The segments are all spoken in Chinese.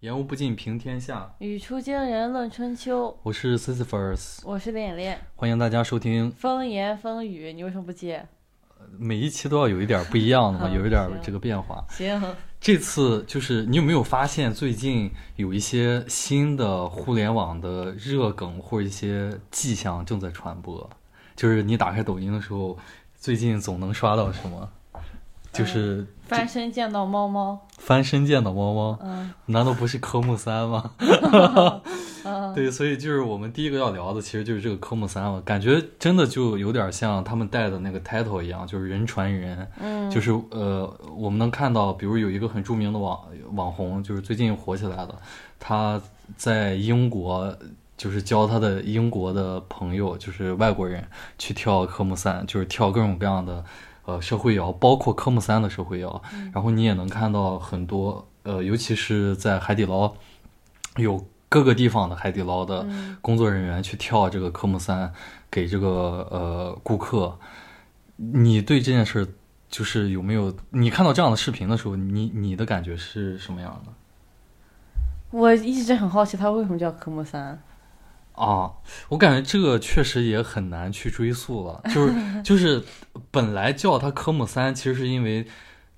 言无不尽，平天下。语出惊人论春秋，我是 Sisyphus，我是恋恋。欢迎大家收听。风言风语，你为什么不接？每一期都要有一点不一样的嘛，嗯有一点行这个变化。行， 这次就是你有没有发现最近有一些新的互联网的热梗或者一些迹象正在传播？就是你打开抖音的时候，最近总能刷到什么？就是翻身见到猫猫。翻身见到猫猫，嗯难道不是科目三吗？ 嗯，对，所以就是我们第一个要聊的，其实就是这个科目三了。感觉真的就有点像他们带的那个 title 一样，就是人传人。嗯，就是呃，我们能看到，比如有一个很著名的网网红，就是最近火起来的，他在英国就是教他的英国的朋友，就是外国人去跳科目三，就是跳各种各样的呃社会摇，包括科目三的社会摇。然后你也能看到很多呃，尤其是在海底捞，有各个地方的海底捞的嗯工作人员去跳这个科目三，给这个呃顾客。你对这件事儿就是有没有你看到这样的视频的时候，你你的感觉是什么样的？我一直很好奇，它为什么叫科目三？啊，我感觉这个确实也很难去追溯了，就是就是本来叫它科目三，其实是因为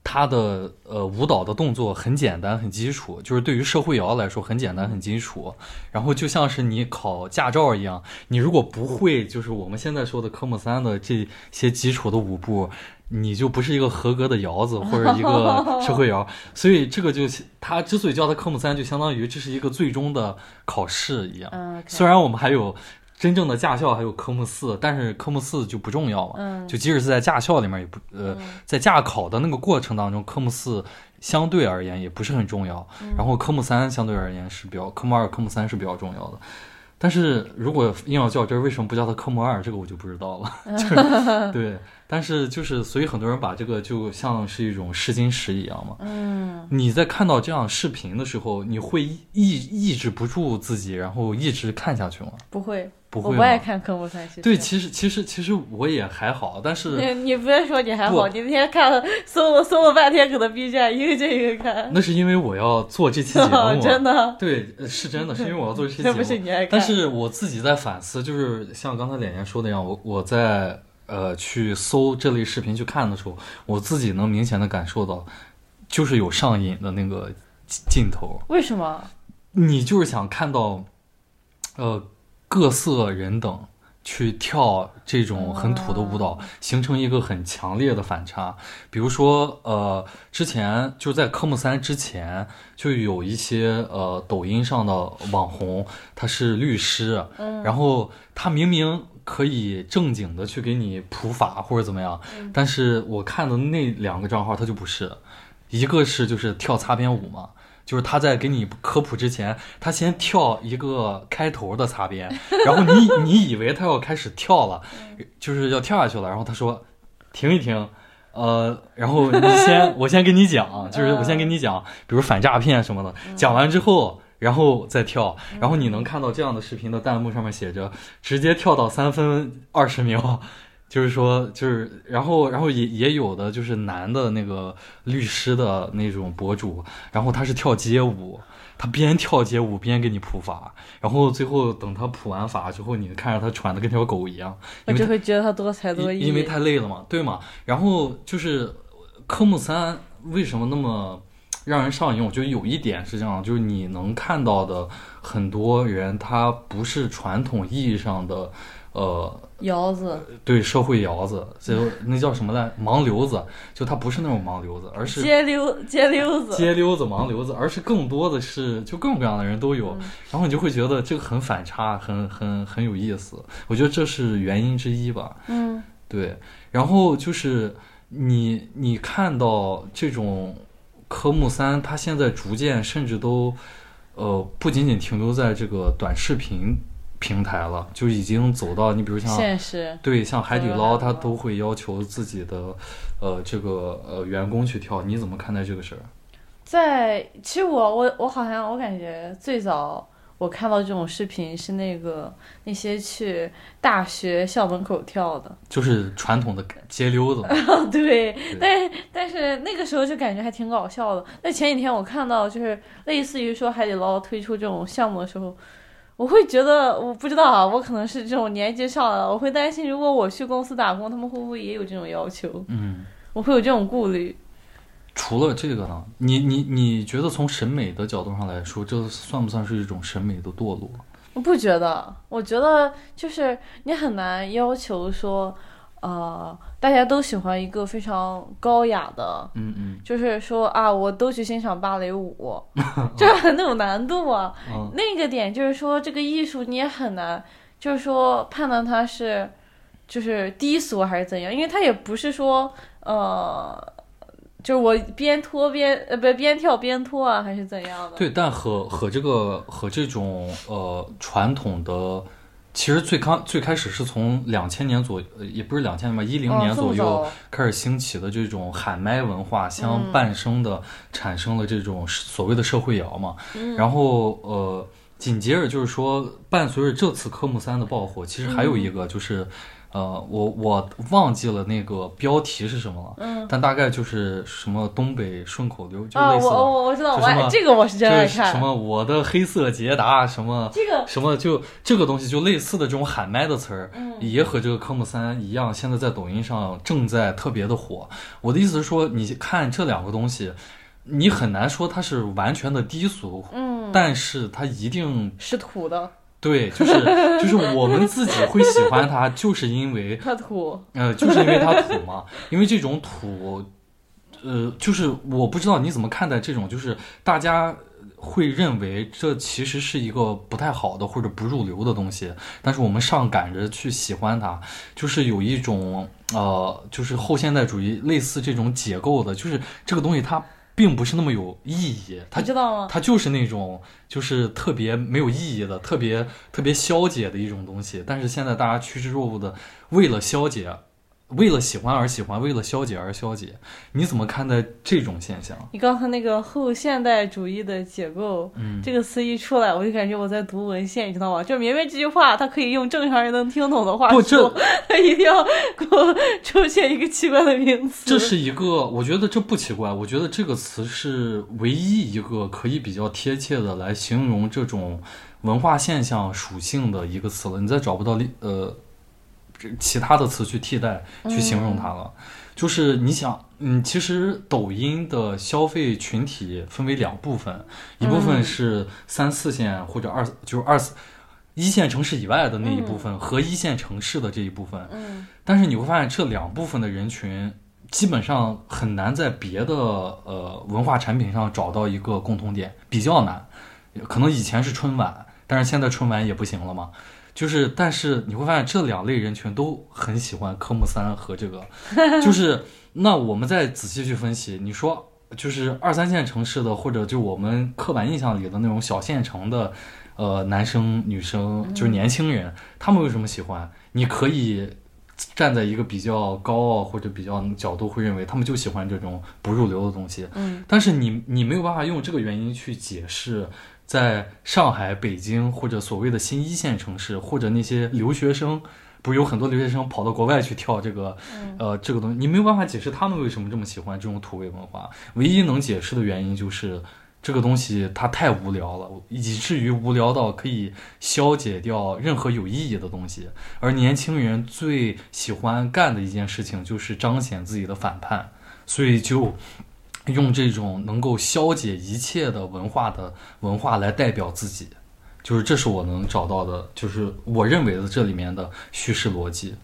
它的呃舞蹈的动作很简单很基础，就是对于社会摇来说很简单很基础。然后就像是你考驾照一样，你如果不会就是我们现在说的科目三的这些基础的舞步。你就不是一个合格的摇子或者一个社会摇，所以这个就它之所以叫它科目三，就相当于这是一个最终的考试一样。嗯，虽然我们还有真正的驾校，还有科目四，但是科目四就不重要了。嗯就即使是在驾校里面，也不呃，嗯在驾考的那个过程当中，科目四相对而言也不是很重要。嗯然后科目三相对而言是比较，科目二、科目三是比较重要的。但是如果硬要较真儿，为什么不叫它科目二？这个我就不知道 了。就是对，但是就是，所以很多人把这个就像是一种试金石一样嘛。嗯，你在看到这样视频的时候，你会抑抑制不住自己，然后一直看下去吗？不会，不我会不爱吗？看科目三。其实对， 其实其实其实我也还好，但是你你别说你还好，不你那天看了搜了搜了半天，搁那 B 站一个接一个 看，那是因为我要做这期节目， 真的，对，呃是真的，是因为我要做这 期节这不是目。你爱看。但是我自己在反思，就是像刚才脸脸说的一样，我我在呃去搜这类视频去看的时候，我自己能明显的感受到，就是有上瘾的那个劲头。为什么？你就是想看到，呃，各色人等去跳这种很土的舞哦蹈，形成一个很强烈的反差。比如说，呃，之前就在科目三之前，就有一些呃抖音上的网红，他是律师，嗯然后他明明可以正经的去给你普法或者怎么样，嗯但是我看的那两个账号他就不是，一个是就是跳擦边舞嘛。就是他在给你科普之前，他先跳一个开头的擦边，然后你你以为他要开始跳了，就是要跳下去了，然后他说停一停，呃，然后你先我先跟你讲，啊就是我先跟你讲，比如反诈骗什么的，讲完之后。然后再跳，然后你能看到这样的视频的弹幕上面写着“直接跳到三分二十秒”，就是说，就是，然后，然后也也有的就是男的那个律师的那种博主，然后他是跳街舞，他边跳街舞边给你普法，然后最后等他普完法之后，你看着他喘的跟条狗一样，我因为就会觉得他多才多艺，因因为太累了嘛，对嘛？然后就是科目三为什么那么让人上瘾？我觉得有一点是这样，就是你能看到的很多人，他不是传统意义上的呃窑子对社会摇子，就那叫什么来盲流子，就他不是那种盲流子，而是街溜街溜子，街溜子、盲流子，而是更多的是就各种各样的人都有，嗯然后你就会觉得这个很反差，很很很有意思。我觉得这是原因之一吧。嗯对，然后就是你你看到这种科目三，它现在逐渐甚至都呃不仅仅停留在这个短视频平台了，就已经走到你比如像现实，对，像海底捞，嗯它都会要求自己的呃这个呃员工去跳，你怎么看待这个事儿？在其实我我我好像我感觉最早我看到这种视频是那个那些去大学校门口跳的， 就是传统的街溜子嘛。对，但但是那个时候就感觉还挺搞笑的。那前几天我看到就是类似于说海底捞推出这种项目的时候，我会觉得我不知道啊，我可能是这种年纪上来了，我会担心如果我去公司打工，他们会不会也有这种要求？嗯，我会有这种顾虑。除了这个呢，你你你觉得从审美的角度上来说，这算不算是一种审美的堕落？我不觉得，我觉得就是你很难要求说，呃，大家都喜欢一个非常高雅的，嗯嗯就是说啊，我都去欣赏芭 蕾舞，这很有难度啊。嗯那个点就是说，这个艺术你也很难，就是说判断它是就是低俗还是怎样，因为它也不是说呃，就是我边脱边呃不边跳边脱啊，还是怎样的。对，但和和这个和这种呃传统的，其实最刚最开始是从两千年左，呃也不是两千年吧，一零嗯年这左么右早开始兴起的这种喊麦文化嗯相伴生的，产生了这种所谓的社会摇嘛。嗯然后呃，紧接着就是说，伴随着这次科目三的爆火，其实还嗯有一个就是。呃，我我忘记了那个标题是什么了，嗯但大概就是什么东北顺口溜，就啊，类似我的。我我知道，就我什么爱这个我是真爱就是看什么我的黑色捷达什么。这个。什么就这个东西就类似的这种喊麦的词儿，嗯也和这个科目三一样，现在在抖音上正在特别的火。我的意思是说，你看这两个东西，你很难说它是完全的低俗，嗯，但是它一定是土的，对，就是就是我们自己会喜欢它，就是因为它土。呃，就是因为它土嘛，因为这种土，呃，就是我不知道你怎么看待这种，就是大家会认为这其实是一个不太好的或者不入流的东西，但是我们上赶着去喜欢它，就是有一种呃，就是后现代主义类似这种解构的，就是这个东西它并不是那么有意义，它你知道吗？它就是那种就是特别没有意义的、特别特别消解的一种东西。但是现在大家趋之若鹜的，为了消解，为了喜欢而喜欢，为了消解而消解。你怎么看待这种现象？你刚才那个后现代主义的解构、嗯，这个词一出来，我就感觉我在读文献，你知道吗？就明明这句话，它可以用正常人能听懂的话不说，它一定要给我出现一个奇怪的名词。这是一个，我觉得这不奇怪。我觉得这个词是唯一一个可以比较贴切的来形容这种文化现象属性的一个词了。你再找不到另呃这其他的词去替代去形容它了。就是你想，嗯，其实抖音的消费群体分为两部分，一部分是三四线或者二就是二四一线城市以外的那一部分和一线城市的这一部分。嗯但是你会发现，这两部分的人群基本上很难在别的呃文化产品上找到一个共同点，比较难。呃可能以前是春晚，但是现在春晚也不行了嘛。就是，但是你会发现这两类人群都很喜欢科目三和这个，就是那我们再仔细去分析，你说就是二三线城市的，或者就我们刻板印象里的那种小县城的，呃，男生女生就是年轻人，他们为什么喜欢？你可以站在一个比较高傲或者比较角度，会认为他们就喜欢这种不入流的东西。嗯，但是你你没有办法用这个原因去解释，在上海、北京或者所谓的新一线城市，或者那些留学生，不是有很多留学生跑到国外去跳这个，呃，这个东西，你没有办法解释他们为什么这么喜欢这种土味文化。唯一能解释的原因就是。这个东西它太无聊了，以至于无聊到可以消解掉任何有意义的东西。而年轻人最喜欢干的一件事情就是彰显自己的反叛，所以就用这种能够消解一切的文化的文化来代表自己，就是这是我能找到的，就是我认为的这里面的叙事逻辑，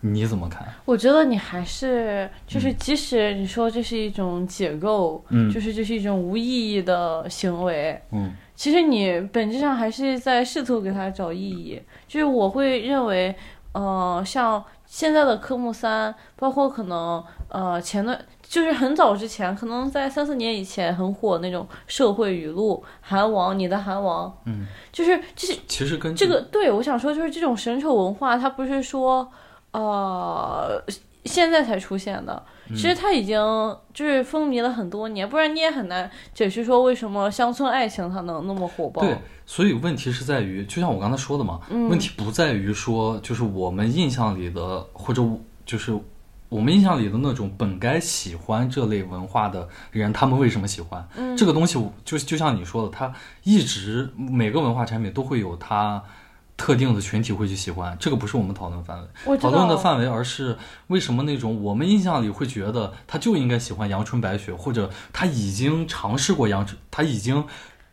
你怎么看？我觉得你还是就是，即使你说这是一种解构，嗯就是这是一种无意义的行为，嗯其实你本质上还是在试图给它找意义。就是我会认为，呃，像现在的科目三，包括可能呃前段，就是很早之前，可能在三四年以前很火那种社会语录，韩王，你的韩王，嗯，就是这是其实跟这个对我想说，就是这种神丑文化，它不是说。呃现在才出现的。其嗯实它已经就是风靡了很多年，不然你也很难解释说为什么乡村爱情它能那么火爆。对，所以问题是在于，就像我刚才说的嘛，问题不在于说就是我们印象里的或者就是我们印象里的那种本该喜欢这类文化的人，他们为什么喜欢、这个东西我？就就像你说的，它一直每个文化产品都会有它。特定的群体会去喜欢，这个不是我们讨论范围。我知讨论的道，范围，而是为什么那种我们印象里会觉得他就应该喜欢阳春白雪，或者他已经尝试过阳春，他已经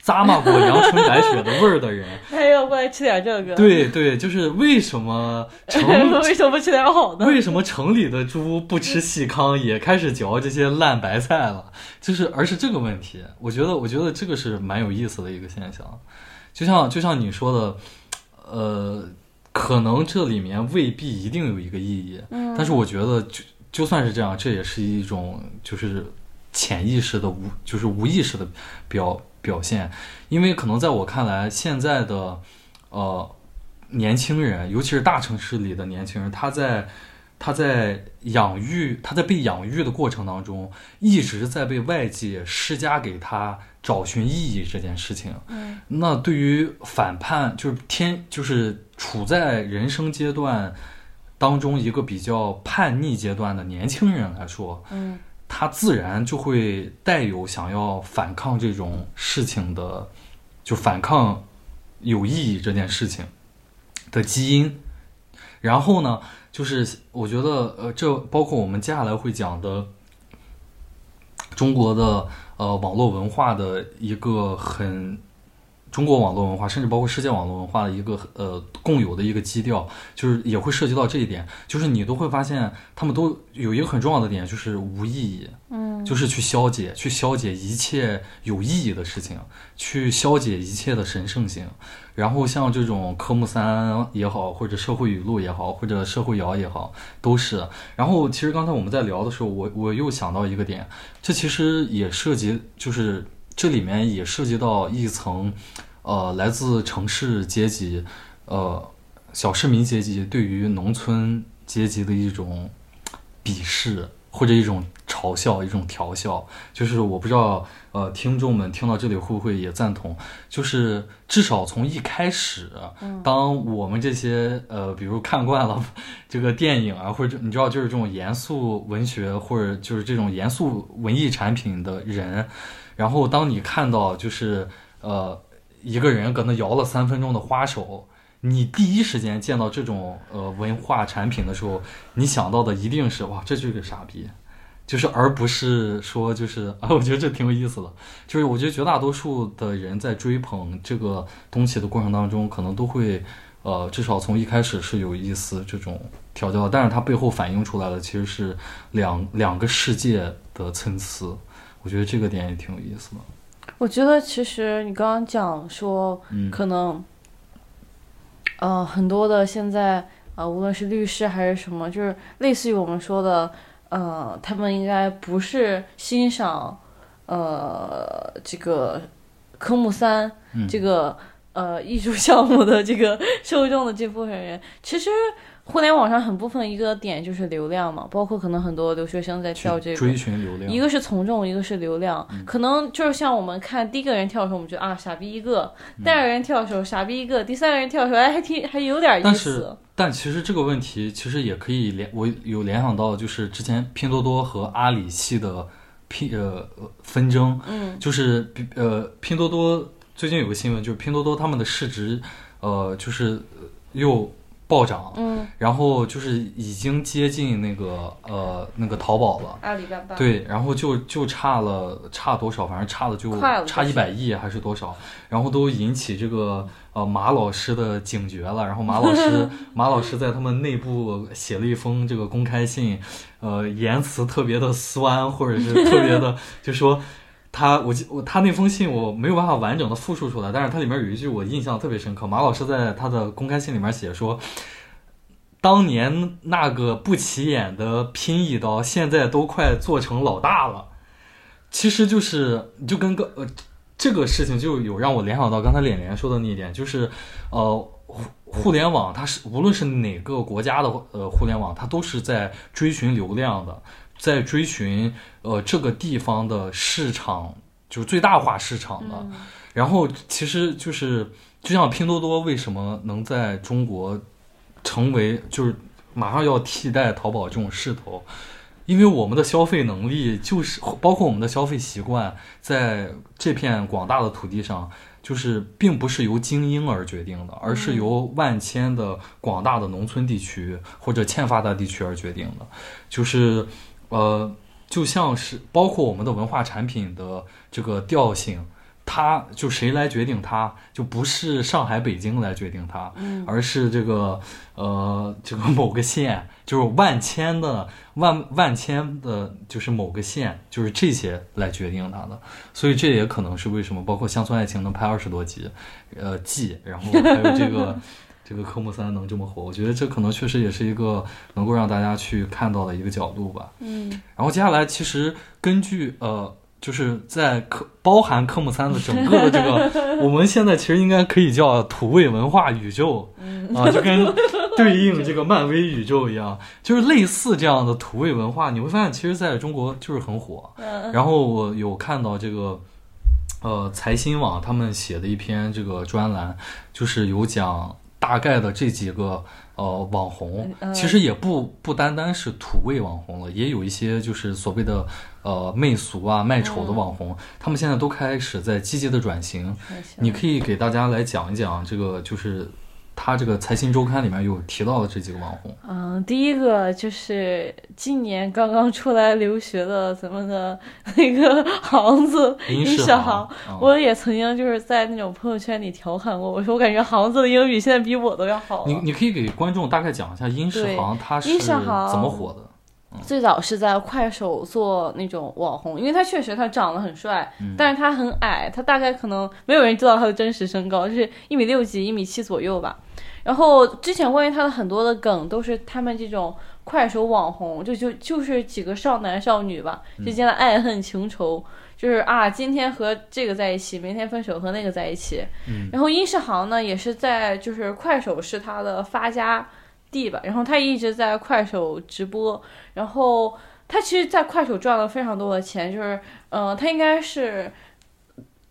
咂嘛过阳春白雪的味儿的 人，他要哎过来吃点这个，对对，就是为什么城 为什么不吃点好的？为什么城里的猪不吃细糠，也开始嚼这些烂白菜了？就是而是这个问题，我觉得我觉得这个是蛮有意思的一个现象，就像就像你说的，呃，可能这里面未必一定有一个意义，嗯但是我觉得就就算是这样，这也是一种就是潜意识的无就是无意识的表表现，因为可能在我看来，现在的呃年轻人，尤其是大城市里的年轻人，他在他在养育他在被养育的过程当中，一直在被外界施加给他找寻意义这件事情。嗯那对于反叛，就是天，就是处在人生阶段当中一个比较叛逆阶段的年轻人来说，嗯他自然就会带有想要反抗这种事情的，就反抗有意义这件事情的基因。然后呢，就是我觉得，呃，这包括我们接下来会讲的中国的呃网络文化的一个很中国网络文化，甚至包括世界网络文化的一个呃共有的一个基调，就是也会涉及到这一点，就是你都会发现他们都有一个很重要的点，就是无意义，嗯就是去消解，去消解一切有意义的事情，去消解一切的神圣性。然后像这种科目三也好，或者社会语录也好，或者社会摇也好，都是。然后其实刚才我们在聊的时候，我我又想到一个点，这其实也涉及，就是这里面也涉及到一层，呃，来自城市阶级，呃，小市民阶级对于农村阶级的一种鄙视或者一种嘲笑，一种调笑。就是我不知道，呃，听众们听到这里会不会也赞同？就是至少从一开始，当我们这些呃，比如看惯了这个电影啊，或者你知道，就是这种严肃文学或者就是这种严肃文艺产品的人，然后当你看到就是呃一个人可能摇了三分钟的花手。你第一时间见到这种呃文化产品的时候，你想到的一定是哇，这就是个傻逼，就是而不是说就是 啊，我觉得这挺有意思的，就是啊我觉得绝大多数的人在追捧这个东西的过程当中，可能都会呃，至少从一开始是有一丝这种调教的，但是它背后反映出来的其实是两两个世界的参差，我觉得这个点也挺有意思的。我觉得其实你刚刚讲说，嗯可能，呃，很多的现在呃，无论是律师还是什么，就是类似于我们说的，呃，他们应该不是欣赏，呃，这个科目三、嗯这个呃艺术项目的这个 受众的这部分人，其实。互联网上很部分一个点就是流量嘛，包括可能很多留学生在跳哦这去个追寻流一量，个是从众，一个是流量，可能就是像我们看第一个人跳的时候，我们觉得啊傻逼一个；第二个人跳的时候傻逼一个；第三个人跳的时候，哎还挺还有点意但是思。但其实这个问题其实也可以联，我有联想到就是之前拼多多和阿里系的拼呃呃纷争，嗯就是比呃，拼多多最近有个新闻，就是拼多多他们的市值，呃，就是呃又暴涨，嗯，然后就是已经接近那个呃那个淘宝了。阿里巴巴，对，然后就就差了差多少，反正差了就快了差就一是百亿还是多少，然后都引起这个呃马老师的警觉了。然后马老师马老师在他们内部写了一封这个公开信，呃，言辞特别的酸，或者是特别的就说。他我记我他那封信我没有办法完整的复述出来，但是它里面有一句我印象特别深刻，马老师在他的公开信里面写说，当年那个不起眼的拼一刀，现在都快做成老大了。其实就是就跟个呃，这个事情就有让我联想到刚才脸脸说的那一点，就是呃，互互联网它是无论是哪个国家的呃互联网，它都是在追寻流量的，在追寻呃这个地方的市场，就是最大化市场的。嗯然后其实就是，就像拼多多为什么能在中国成为就是马上要替代淘宝这种势头，因为我们的消费能力就是包括我们的消费习惯，在这片广大的土地上，就是并不是由精英而决定的，而是由万千的广大的农村地区或者欠发达地区而决定的，就是呃，就像是包括我们的文化产品的这个调性。它就谁来决定它，就不是上海、北京来决定它，嗯而是这个呃这个某个县， 就是万千的万万千的，就是某个县，就是这些来决定它的。所以这也可能是为什么，包括《乡村爱情》能拍二十多集，呃季，然后还有这个这个科目三能这么火，我觉得这可能确实也是一个能够让大家去看到的一个角度吧。嗯，然后接下来其实根据呃，就是在科包含科目三的整个的这个，我们现在其实应该可以叫土味文化宇宙， 啊，就跟对应这个漫威宇宙一样， 就是类似这样的土味文化，你会发现其实在中国就是很火。嗯然后我有看到这个，呃，财新网他们写的一篇这个专栏，就是有讲大概的这几个呃网红，嗯嗯其实也不不单单是土味网红了，也有一些就是所谓的呃媚俗啊、卖丑的网红，嗯他们现在都开始在积极的转型。你可以给大家来讲一讲这个，就是他这个财新周刊里面有提到的这几个网红。嗯，第一个就是今年刚刚出来留学的咱们的 那个航子殷殷世世航航，嗯我也曾经就是在那种朋友圈里调侃过，我说我感觉航子的英语现在比我都要好你了。你可以给观众大概讲一下殷世对航他是殷世怎航么火的？最早是在快手做那种网红，因为他确实他长得很帅，但是他很矮，他大概可能没有人知道他的真实身高，就是一米六几、一米七左右吧。然后之前关于他的很多的梗都是他们这种快手网红，就就就是几个少男少女吧之间的爱恨情仇，就是啊，今天和这个在一起，明天分手和那个在一起。嗯然后殷世航呢，也是在就是快手是他的发家地吧，然后他一直在快手直播，然后他其实，在快手赚了非常多的钱，就是呃，他应该是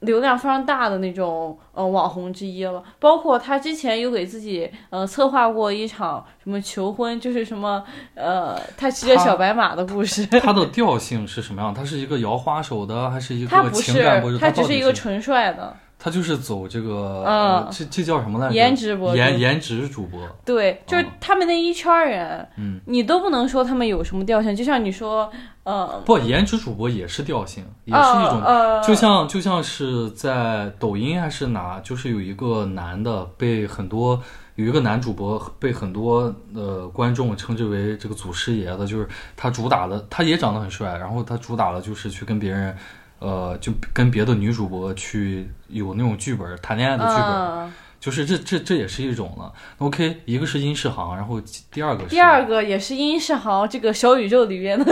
流量非常大的那种呃网红之一了。包括他之前有给自己呃策划过一场什么求婚，就是什么呃，他骑着他小白马的故事。它的调性是什么样？它是一个摇花手的，还是一他个不情感博主？他到只是底一个纯帅的，它就是走这个，嗯呃这这叫什么来着？颜值博主颜颜值主播，对，就是嗯他们那一圈儿人，嗯，你都不能说他们有什么调性。就像你说，呃，不，颜值主播也是调性，也是一种，呃，就像就像是在抖音还是哪，就是有一个男的被很多。有一个男主播被很多呃观众称之为这个祖师爷的，就是他主打的，他也长得很帅，然后他主打的就是去跟别人，呃，就跟别的女主播去有那种剧本谈恋爱的剧本，嗯就是这这这也是一种了。OK，一个是殷世航，然后其第二个是第二个也是殷世豪这个小宇宙里面的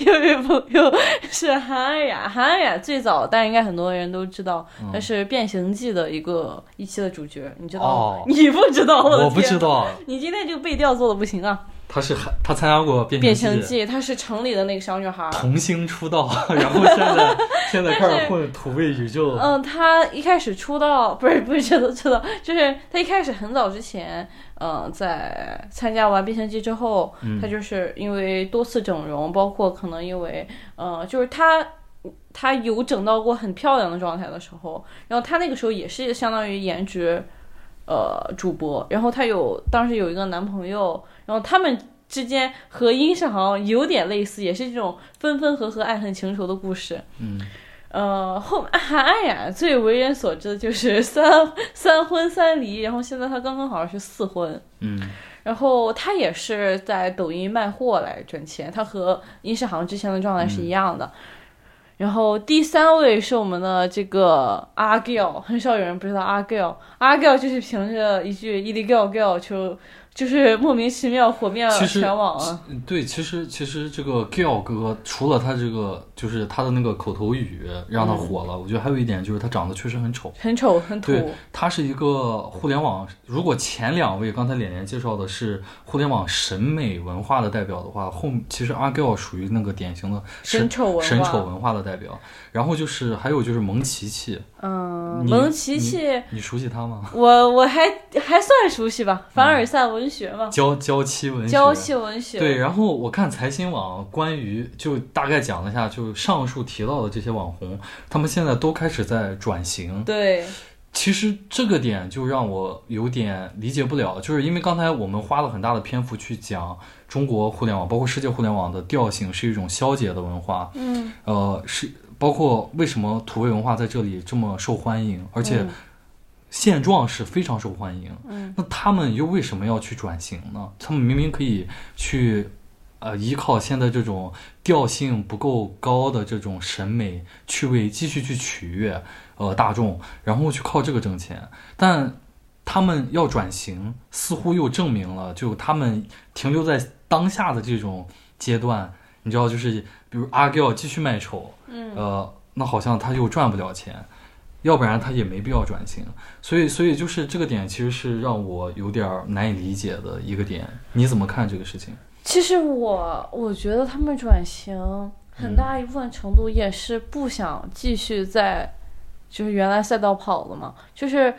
又一朋友是韩安雅，韩安雅最早，但应该很多人都知道，嗯她是《变形记》的一个一期的主角，你知道吗？哦 你不知道，的我天，不知，道你今天这个背调做的不行啊！他是韩他参加过变《变形记，记》她是城里的那个小女孩，童星出道， 然后现 在现在开始混土味宇宙。嗯，他一开始出道不是不是出道出道，就是他一开始很早之前，嗯、在参加完《变形记》之后，他就是因为多次整容，包括可能因为，呃，就是他他有整到过很漂亮的状态的时候，然后他那个时候也是相当于颜值，呃，主播，然后他有当时有一个男朋友，然后他们。之间和殷世航有点类似，也是这种分分合合、爱恨情仇的故事。嗯，呃，后 韩安雅最为人所知的就是三三婚三离，然后现在她刚刚好像是四婚，嗯然后她也是在抖音卖货来赚钱，她和殷世航之前的状态是嗯一样的。然后第三位是我们的这个阿 Giao，很少有人不知道阿 Giao，阿 Giao 就是凭着一句 “ili Giao Giao” 就就是莫名其妙火遍其实全网啊。嗯，对，其实其实这个 Giao 哥除了他这个就是他的那个口头语让他火了，我觉得还有一点就是他长得确实很丑。很丑很土，对，他是一个互联网。如果前两位刚才脸脸介绍的是互联网审美文化的代表的话，后其实阿 Giao 属于那个典型的神丑文化，审丑文化的代表。然后就是还有就是蒙奇奇，嗯，你蒙奇奇，你熟悉他吗？我我还还算熟悉吧，凡尔赛文学嘛， 娇娇妻嗯文学。娇气文学，对，然后我看财新网关于就大概讲了一下，就上述提到的这些网红，他们现在都开始在转型。对其实这个点就让我有点理解不了，就是因为刚才我们花了很大的篇幅去讲中国互联网，包括世界互联网的调性是一种消解的文化，嗯，呃，是包括为什么土味文化在这里这么受欢迎，而且嗯现状是非常受欢迎。嗯那他们又为什么要去转型呢？他们明明可以去，呃，依靠现在这种调性不够高的这种审美趣味，继续去取悦呃大众，然后去靠这个挣钱，但。他们要转型，似乎又证明了，就他们停留在当下的这种阶段，你知道，就是比如阿 Giao 继续卖丑，嗯呃，那好像他又赚不了钱，要不然他也没必要转型。所以，所以就是这个点，其实是让我有点儿难以理解的一个点。你怎么看这个事情？其实我我觉得他们转型嗯很大一部分程度也是不想继续在就是原来赛道跑了嘛，就是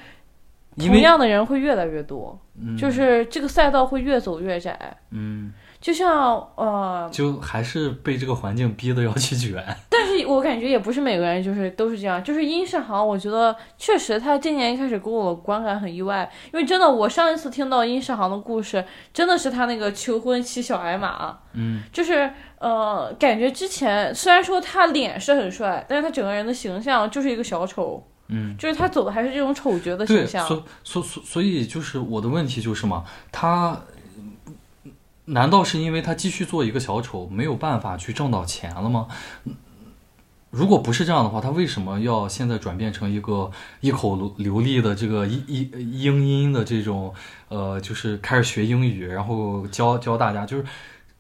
因同为，样的人会越来越多，嗯，就是这个赛道会越走越窄，嗯，就像呃，就还是被这个环境逼的要去卷。但是我感觉也不是每个人就是都是这样，就是英视行，我觉得确实他今年一开始给我观感很意外，因为真的我上一次听到英视行的故事，真的是他那个求婚骑小矮马，嗯，就是呃，感觉之前虽然说他脸是很帅，但是他整个人的形象就是一个小丑，嗯，就是他走的还是这种丑角的对，形象，所所所所以就是我的问题就是嘛，他。难道是因为他继续做一个小丑，没有办法去挣到钱了吗？嗯如果不是这样的话，他为什么要现在转变成一个一口流流利的这个英英英音的这种呃，就是开始学英语，然后教教大家，就是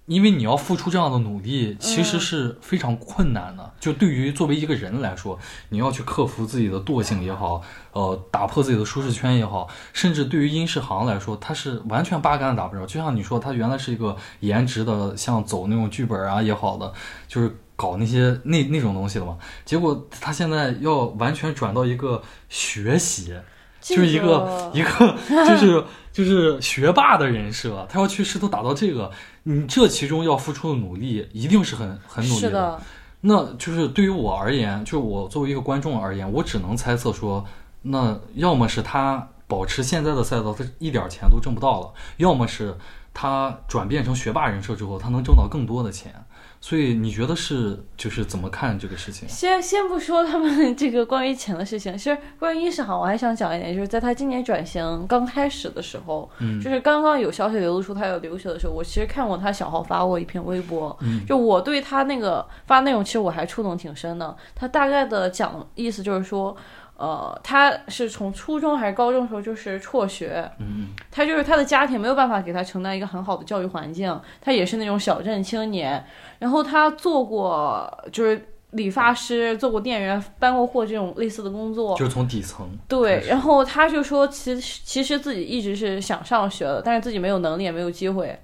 因为你要付出这样的努力，其实是非常困难的。就对于作为一个人来说，你要去克服自己的惰性也好，呃，打破自己的舒适圈也好，甚至对于英式行来说，它是完全八竿子打不着。就像你说，它原来是一个颜值的，像走那种剧本啊也好的，就是搞那些那那种东西的嘛。结果他现在要完全转到一个学习，这就是一个一个就是就是学霸的人设，他要去试图打造这个，你这其中要付出的努力一定是很很努力是的，那就是对于我而言，就是我作为一个观众而言，我只能猜测说，那要么是他保持现在的赛道，他一点钱都挣不到了；要么是他转变成学霸人设之后，他能挣到更多的钱。所以你觉得是就是怎么看这个事情？先先不说他们这个关于钱的事情， 其实关于意识行，我还想讲一点，就是在他今年转型刚开始的时候，嗯就是刚刚有消息流露出他要留学的时候，我其实看过他小号发过一篇微博，嗯就我对他那个发内容，其实我还触动挺深的。他大概的讲的意思就是说，呃，他是从初中还是高中的时候就是辍学，嗯他就是他的家庭没有办法给他承担一个很好的教育环境，他也是那种小镇青年。然后他做过就是理发师，做过店员，搬过货这种类似的工作。就是从底层开对，始然后他就说其，实其实自己一直是想上学的，但是自己没有能力，也没有机会。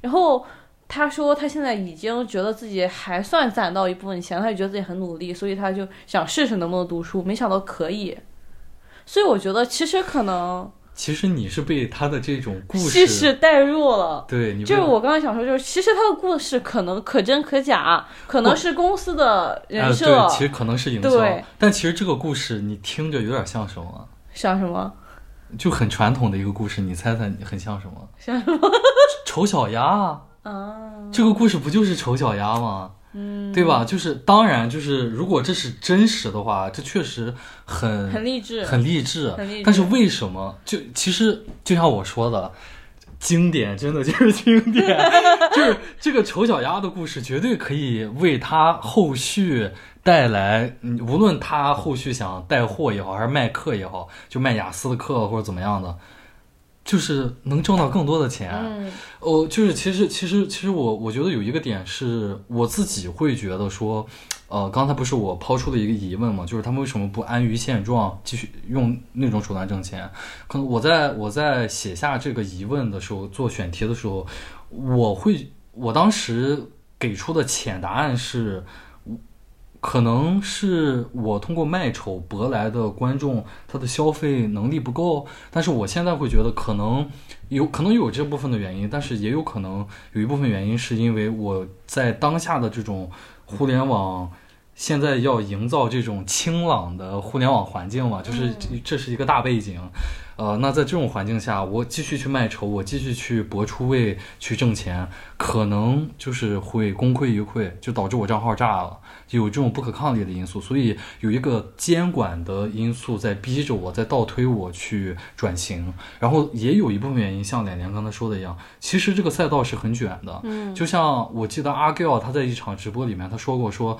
然后他说，他现在已经觉得自己还算攒到一部分钱，他也觉得自己很努力，所以他就想试试能不能读书，没想到可以。所以我觉得，其实可能其实你是被他的这种故叙事带入了，对你被就是我刚刚想说，就是其实他的故事可能可真可假，可能是公司的人设。呃，对，其实可能是营销对，但其实这个故事你听着有点像什么？像什么？就很传统的一个故事，你猜猜你很像什么？像什么？ 丑小鸭啊！啊，这个故事不就是丑小鸭吗？嗯，对吧？就是当然，就是如果这是真实的话，这确实很很励志，很励志。很励志但是为什么？就其实就像我说的，经典真的就是经典， 就是这个丑小鸭的故事绝对可以为他后续带来，嗯无论他后续想带货也好，还是卖课也好，就卖雅思的课或者怎么样的，就是能挣到更多的钱。嗯哦，就是其实其实其实我我觉得有一个点是我自己会觉得说，呃，刚才不是我抛出了一个疑问嘛，就是他们为什么不安于现状，继续用那种手段挣钱？可能我在我在写下这个疑问的时候，做选题的时候，我会我当时给出的浅答案是。可能是我通过卖丑博来的观众，他的消费能力不够，但是我现在会觉得可能有可能有这部分的原因，但是也有可能有一部分原因是因为我在当下的这种互联网。现在要营造这种清朗的互联网环境嘛，就是这这是一个大背景，呃，那在这种环境下，我继续去卖丑，我继续去搏出位去挣钱，可能就是会功亏一篑，就导致我账号炸了，就有这种不可抗力的因素，所以有一个监管的因素在逼着我，在倒推我去转型，然后也有一部分原因，像脸脸刚才说的一样，其实这个赛道是很卷的，嗯就像我记得阿 g i l 他在一场直播里面他说过说。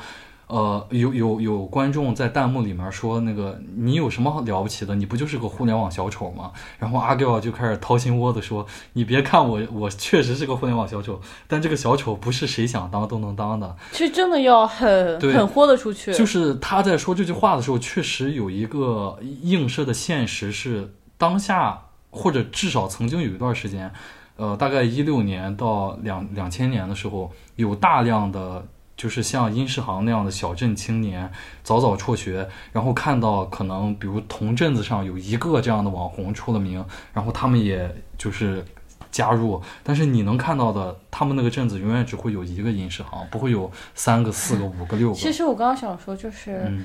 呃，有有有观众在弹幕里面说，那个你有什么了不起的？你不就是个互联网小丑吗？然后阿 g i l 就开始掏心窝子说，你别看我，我确实是个互联网小丑，但这个小丑不是谁想当都能当的。其实真的要很对很豁得出去，就是他在说这句话的时候，确实有一个映射的现实是当下，或者至少曾经有一段时间，呃，大概一六年到两两千年的时候，有大量的就是像殷世航那样的小镇青年早早辍学，然后看到可能比如同镇子上有一个这样的网红出了名，然后他们也就是。加入，但是你能看到的，他们那个镇子永远只会有一个殷世航，不会有三个、四个、五个、六个。其实我刚刚想说，就是、嗯，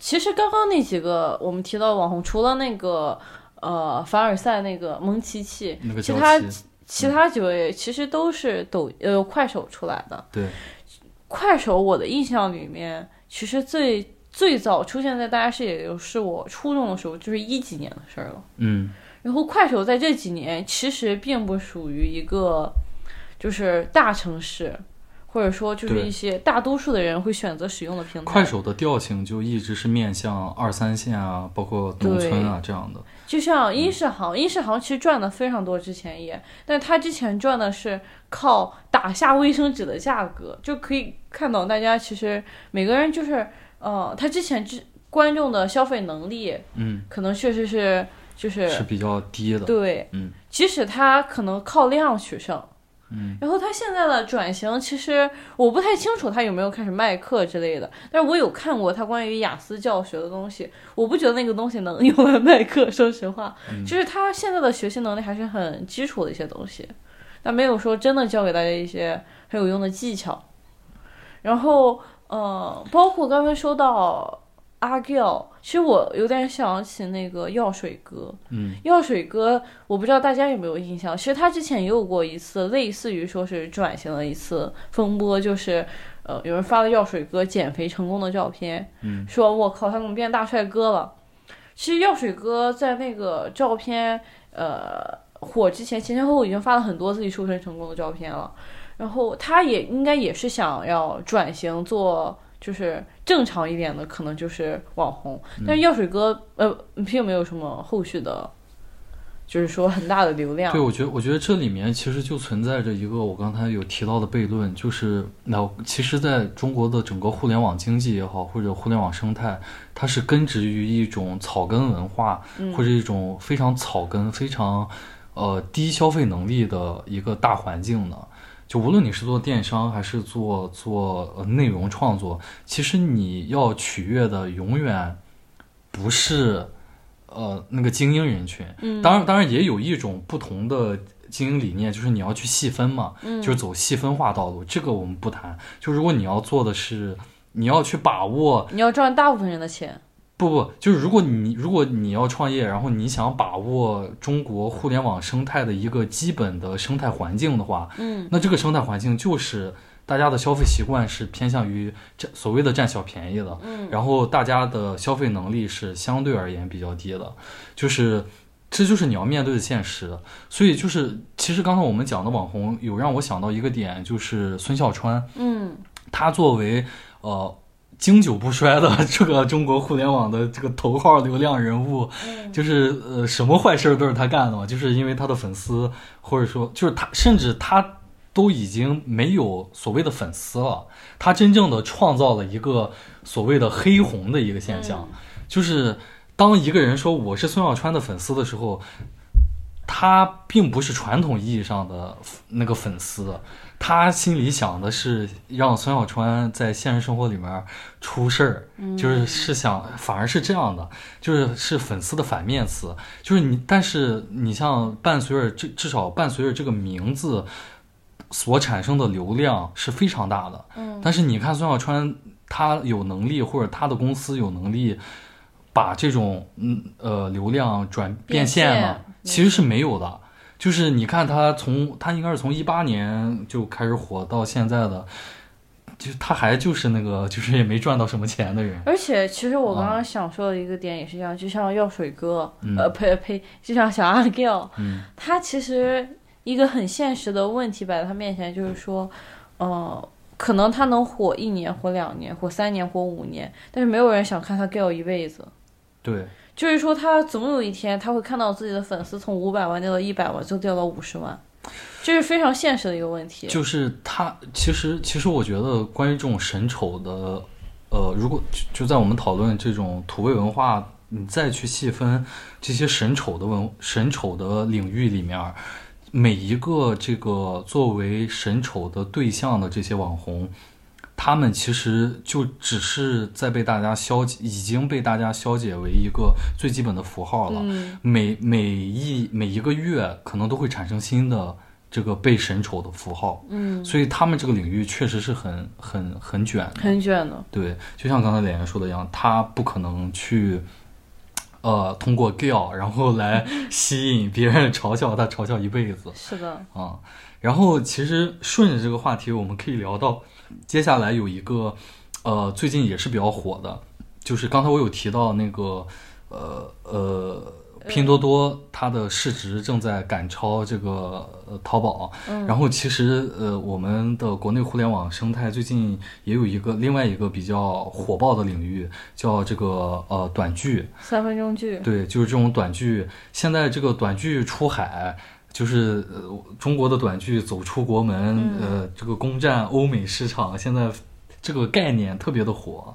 其实刚刚那几个我们提到的网红，除了那个呃凡尔赛那个蒙奇奇，那个其娇他妻，其他几位其实都是抖呃快手出来的。对，嗯快手我的印象里面，其实最最早出现在大家视野，就是我初中的时候，就是一几年的事儿了。嗯，然后快手在这几年其实并不属于一个就是大城市，或者说就是对一些大多数的人会选择使用的平台。快手的调性就一直是面向二三线啊，包括农村啊这样的。就像殷世嗯航，殷世航其实赚的非常多，之前也，但他之前赚的是靠打下卫生纸的价格，就可以看到大家其实每个人就是，呃，他之前之观众的消费能力嗯，可能确实是就是是比较低的。对，嗯，即使他可能靠量取胜，嗯，然后他现在的转型，其实我不太清楚他有没有开始卖课之类的，但是我有看过他关于雅思教学的东西，我不觉得那个东西能用来卖课，说实话，嗯就是他现在的学习能力还是很基础的一些东西，但没有说真的教给大家一些很有用的技巧，然后，呃，包括刚才说到。阿 g i l 其实我有点想起那个药水哥，嗯，药水哥，我不知道大家有没有印象，其实他之前也有过一次类似于说是转型的一次风波，就是呃有人发了药水哥减肥成功的照片，嗯，说我靠他怎么变大帅哥了？其实药水哥在那个照片呃火之前前前后后已经发了很多自己瘦身成功的照片了，然后他也应该也是想要转型做。就是正常一点的，可能就是网红，嗯但是药水哥、呃，并没有什么后续的就是说很大的流量对，。我觉得我觉得这里面其实就存在着一个我刚才有提到的悖论，就是那其实在中国的整个互联网经济也好，或者互联网生态，它是根植于一种草根文化，或者一种非常草根、非常呃低消费能力的一个大环境的。就无论你是做电商还是做做、呃、内容创作，其实你要取悦的永远不是呃那个精英人群。嗯当然，当然也有一种不同的经营理念，就是你要去细分嘛，就是走细分化道路。这个我们不谈。就如果你要做的是，你要去把握你要赚大部分人的钱，不不，就是如果你如果你要创业，然后你想把握中国互联网生态的一个基本的生态环境的话，嗯，那这个生态环境就是大家的消费习惯是偏向于占所谓的占小便宜的，嗯，然后大家的消费能力是相对而言比较低的，就是这就是你要面对的现实。所以就是其实刚才我们讲的网红，有让我想到一个点，就是孙笑川，嗯他作为呃经久不衰的这个中国互联网的这个头号流量人物，就是呃什么坏事儿都是他干的嘛，就是因为他的粉丝或者说就是他，甚至他都已经没有所谓的粉丝了，他真正的创造了一个所谓的黑红的一个现嗯象，就是当一个人说我是孙小川的粉丝的时候，他并不是传统意义上的那个粉丝，他心里想的是让孙小川在现实生活里面出事儿，嗯就是是想反而是这样的，就是是粉丝的反面词，就是你，但是你像伴随着至至少伴随着这个名字所产生的流量是非常大的，嗯但是你看孙小川，他有能力或者他的公司有能力把这种嗯呃流量转变变现现了，其实是没有的。就是你看他从他应该是从一八年就开始火到现在的，就是他还就是那个就是也没赚到什么钱的人。而且，其实我刚啊刚想说的一个点也是这样，就像药水哥，嗯呃，呸呸，就像小阿 Giao，嗯他其实一个很现实的问题摆在他面前，就是说，呃，可能他能火一年、火两年、火三年、火五年，但是没有人想看他 gay 一辈子。对，就是说，他总有一天他会看到自己的粉丝从五百万掉到一百万，最后掉到五十万，这是非常现实的一个问题。就是他其实其实我觉得关于这种神丑的，呃，如果就就在我们讨论这种土味文化，你再去细分这些神丑的文神丑的领域里面儿，每一个这个作为神丑的对象的这些网红，他们其实就只是在被大家消解，已经被大家消解为一个最基本的符号了。嗯每每一每一个月可能都会产生新的这个被神丑的符号，嗯，所以他们这个领域确实是很很很卷的。很卷的。对，就像刚才脸言说的一样，他不可能去。呃，通过 gay 然后来吸引别人嘲笑他，嘲笑一辈子是的，啊、然后其实顺着这个话题，我们可以聊到接下来有一个呃，最近也是比较火的，就是刚才我有提到那个呃呃，拼多多它的市值正在赶超这个呃淘宝，嗯然后其实呃我们的国内互联网生态最近也有一个另外一个比较火爆的领域，叫这个呃短剧，三分钟剧，对，就是这种短剧。现在这个短剧出海，就是、呃、中国的短剧走出国门，呃，这个攻占欧美市场，现在这个概念特别的火。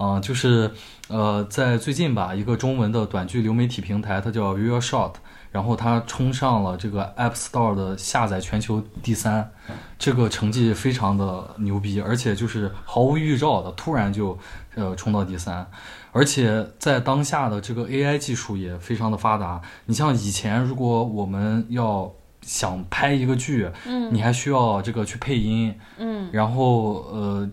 啊、就是呃，在最近吧，一个中文的短剧流媒体平台，它叫 Real Shot，然后它冲上了这个 App Store 的下载全球第三，这个成绩非常的牛逼，而且就是毫无预兆的，突然就呃冲到第三，而且在当下的这个 AI 技术也非常的发达。你像以前，如果我们要想拍一个剧，嗯你还需要这个去配音，嗯，然后呃，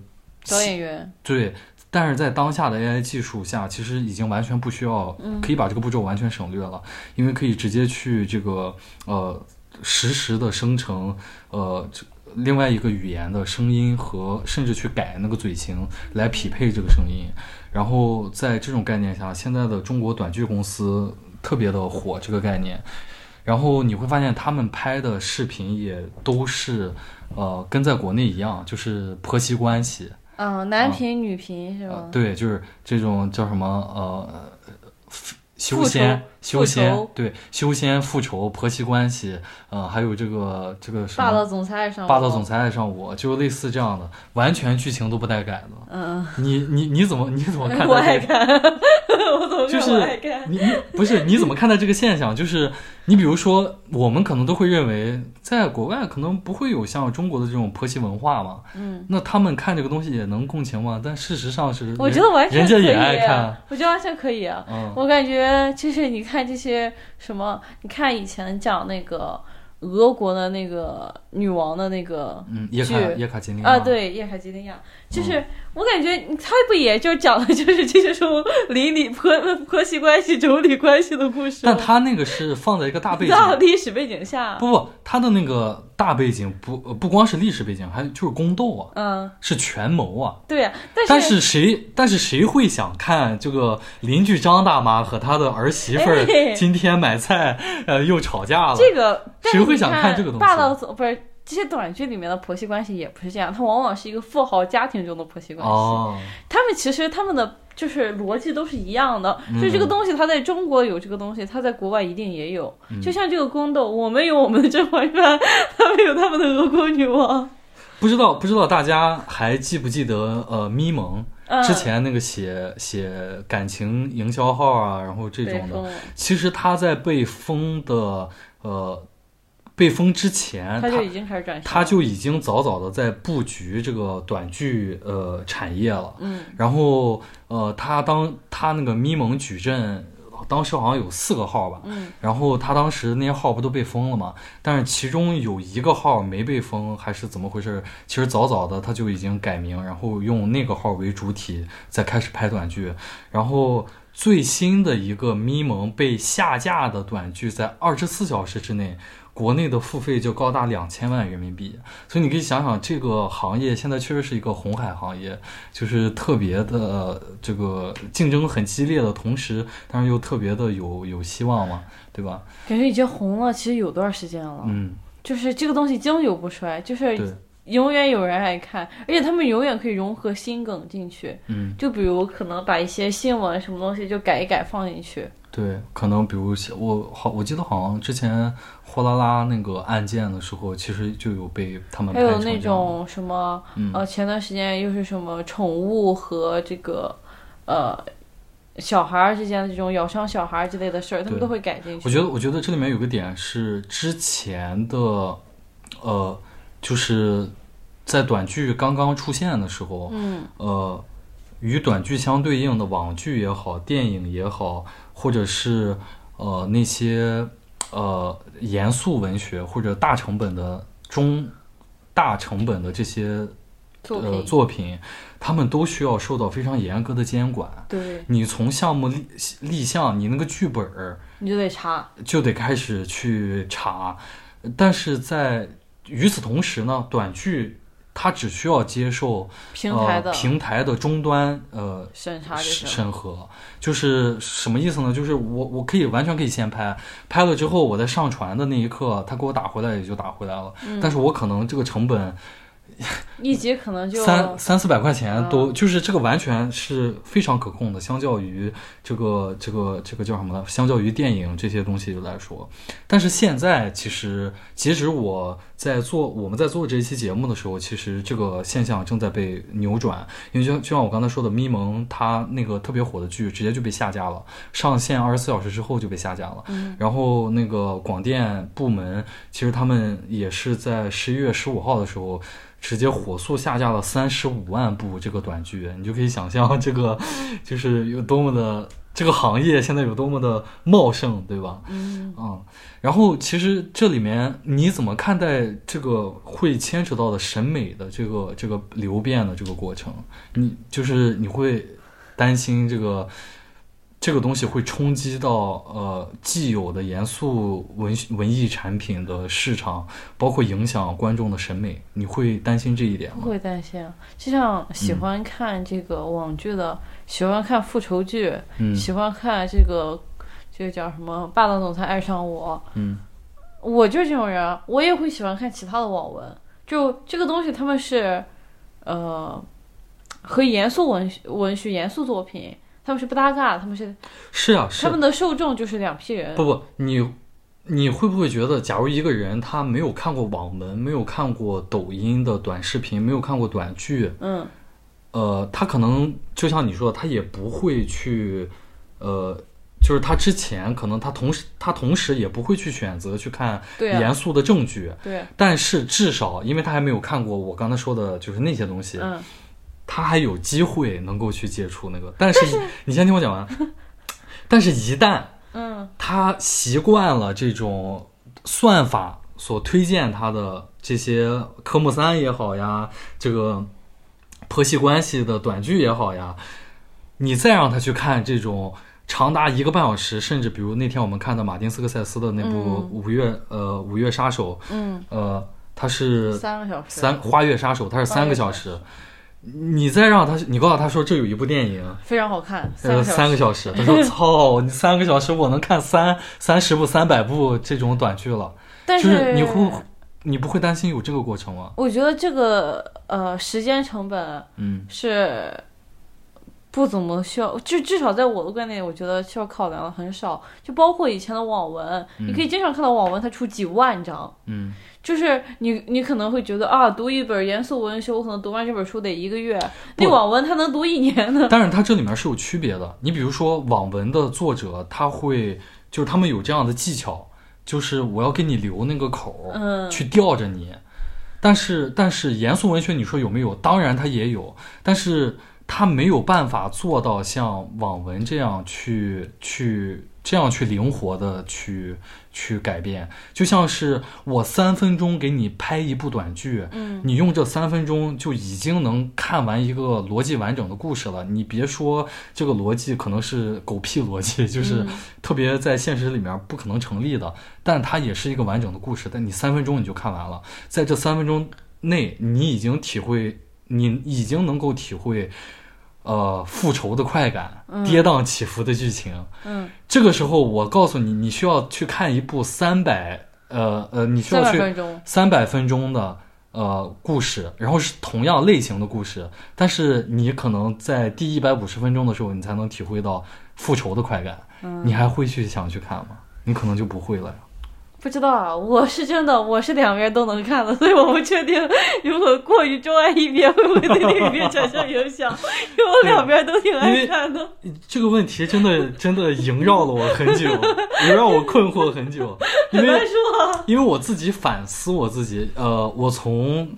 找演员，对，但是在当下的 AI 技术下，其实已经完全不需要，可以把这个步骤完全省略了，因为可以直接去这个呃实时的生成呃这另外一个语言的声音和甚至去改那个嘴型来匹配这个声音。然后在这种概念下，现在的中国短剧公司特别的火这个概念。然后你会发现，他们拍的视频也都是，呃，跟在国内一样，就是婆媳关系，啊，男频女频是呃吗？对，就是这种叫什么呃，修复仇仙、修复仙仇，对，修仙、复仇、婆媳关系，呃，还有这个这个什霸道么总裁爱上霸道总裁，裁爱上我，就类似这样的，完全剧情都不带改的。嗯。你你你怎么你怎 么看待我这爱个？看， 我怎么就是看我爱看？你你不是你怎么看待这个现象？就是你比如说，我们可能都会认为，在国外可能不会有像中国的这种婆媳文化嘛。嗯，那他们看这个东西也能共情吗？但事实上是人，我觉得完全人家可以也爱看。，我觉得完全可以啊。嗯，我感觉就是你看这些什么，你看以前讲那个俄国的那个女王的那个嗯，叶剧卡叶嗯卡捷琳啊，娜，对，叶卡捷琳娜，就是我感觉你他不也就讲的就是这种邻里婆呃婆媳关系、妯娌关系的故事吗，但他那个是放在一个大背景，到历史背景下，不不，他的那个大背景不呃不光是历史背景，还就是宫斗啊，嗯，是权谋啊。对呀，但是谁但是谁会想看这个邻居张大妈和她的儿媳妇儿哎 今天买菜，呃又吵架了？这个但谁是会你想看这个东西啊霸道总不是这些短剧里面的婆媳关系也不是这样，它往往是一个富豪家庭中的婆媳关系。哦，他们其实他们的就是逻辑都是一样的，嗯就这个东西，它在中国有这个东西，它在国外一定也有。嗯就像这个宫斗，我们有我们的甄嬛传， 他们有他们的俄国女王。不知道不知道大家还记不记得呃咪蒙嗯，之前那个写写感情营销号啊，然后这被种的封，了其实他在被封的呃被封之前，他他就已经开始转型了，他就已经早早的在布局这个短剧呃产业了。嗯然后呃，他当他那个咪蒙矩阵，当时好像有四个号吧。嗯然后他当时那些号不都被封了吗？但是其中有一个号没被封，还是怎么回事？其实早早的他就已经改名，然后用那个号为主体，再开始拍短剧。然后最新的一个咪蒙被下架的短剧，在二十四小时之内，国内的付费就高达两千万人民币。所以你可以想想，这个行业现在确实是一个红海行业，就是特别的呃这个竞争很激烈的同时，但是又特别的有有希望嘛，对吧？感觉已经红了，其实有段时间了，嗯，就是这个东西经久不衰，就是对，永远有人爱看，而且他们永远可以融合新梗进去。嗯。就比如可能把一些新闻什么东西就改一改放进去，对，可能比如像我好，我记得好像之前货拉拉那个案件的时候，其实就有被他们还拍有成那这样种什么嗯呃，前段时间又是什么宠物和这个呃小孩儿之间的这种咬伤小孩儿之类的事儿，他们对都会改进去。我觉得，我觉得这里面有个点是之前的，呃，就是在短剧刚刚出现的时候，嗯，呃，与短剧相对应的网剧也好，电影也好，或者是呃那些呃严肃文学或者大成本的中大成本的这些作品、呃作品，他们都需要受到非常严格的监管。对，你从项目立立项，你那个剧本儿你就得查。就得开始去查，但是在与此同时呢，短剧它只需要接受平台的呃、平台的终端呃审查就审行。审核，就是什么意思呢？就是我我可以完全可以先拍，拍了之后我在上传的那一刻，他给我打回来也就打回来了，嗯但是我可能这个成本一集可能就三三四百块钱啊都、就是这个完全是非常可控的，相较于这个这个这个叫什么呢？相较于电影这些东西来说，但是现在其实，截止我在做我们在做这一期节目的时候，其实这个现象正在被扭转，因为就就像我刚才说的，咪蒙它那个特别火的剧直接就被下架了，上线二十四小时之后就被下架了。嗯然后那个广电部门其实他们也是在十一月十五号的时候。直接火速下架了三十五万部这个短剧，你就可以想象这个就是有多么的这个行业现在有多么的茂盛，对吧？嗯，嗯，然后其实这里面你怎么看待这个会牵扯到的审美的这个这个流变的这个过程？你就是你会担心这个这个东西会冲击到呃既有的严肃文学文艺产品的市场，包括影响观众的审美，你会担心这一点不吗？会担心。就像喜嗯欢看这个网剧的，喜欢看复仇剧，嗯喜欢看这个这个叫什么《霸道总裁爱上我》，嗯我就是这种人，我也会喜欢看其他的网文。就这个东西，他们是，呃，和严肃文学、文学、严肃作品，他们是不搭嘎，他们是是啊，是他们的受众就是两批人。不不，你你会不会觉得，假如一个人他没有看过网文，没有看过抖音的短视频，没有看过短剧，嗯，呃，他可能就像你说的，他也不会去，呃，就是他之前可能他同时他同时也不会去选择去看对啊，严肃的证据，对，啊但是至少因为他还没有看过我刚才说的就是那些东西，嗯，他还有机会能够去接触那个。但是你你先听我讲 完，但是一旦嗯，他习惯了这种算法所推荐他的这些科目三也好呀，这个婆媳关系的短剧也好呀，你再让他去看这种长达一个半小时，甚至比如那天我们看的马丁斯科塞斯的那部《嗯五月》呃《五月杀手》，嗯，呃，他是三个小时，三《花月杀手》，他是花三月个小时。你再让他，你告诉他说这有一部电影，非常好看，三呃，个小时，三个小时。他 说：“操，你三个小时，我能看三三十部、三百部这种短剧了。”但就是你会，你不会担心有这个过程吗？我觉得这个呃时间成本嗯是不怎么需要，至至少在我的观点，我觉得需要考量的很少。就包括以前的网文，你可以经常看到网文它出几万章，嗯，就是你你可能会觉得啊，读一本严肃文学，我可能读完这本书得一个月，不那网文它能读一 年呢。但是它这里面是有区别的。你比如说网文的作者，他会就是他们有这样的技巧，就是我要给你留那个口，嗯去吊着你。但是但是严肃文学你说有没有？当然它也有，但是它没有办法做到像网文这样去去这样去灵活的去去改变。就像是我三分钟给你拍一部短剧，嗯你用这三分钟就已经能看完一个逻辑完整的故事了。你别说这个逻辑可能是狗屁逻辑，就是嗯特别在现实里面不可能成立的，但它也是一个完整的故事。但你三分钟你就看完了，在这三分钟内，你已经体会，你已经能够体会，呃，复仇的快感，跌宕起伏的剧情。嗯，这个时候，我告诉你，你需要去看一部三百，呃呃，你需三要百去分钟，三百分钟的呃故事，然后是同样类型的故事，但是你可能在第一百五十分钟的时候，你才能体会到复仇的快感。你还会去想去看吗？你可能就不会了呀。不知道啊，我是真的，我是两边都能看的，所以我不确定如果过于钟爱一边，会不会对另一边产生影响， 因为我两边都挺爱看的。这个问题真的真的萦绕了我很久，萈绕我困惑很久， 因别为说，因为我自己反思我自己，呃，我从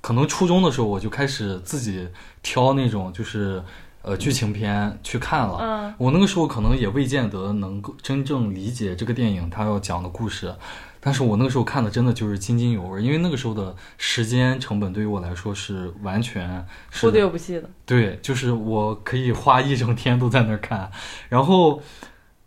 可能初中的时候我就开始自己挑那种就是呃剧情片去看了，嗯我那个时候可能也未见得能够真正理解这个电影它要讲的故事，但是我那个时候看的真的就是津津有味，因为那个时候的时间成本对于我来说是完全是不对我不记得。对，就是我可以花一整天都在那儿看，然后，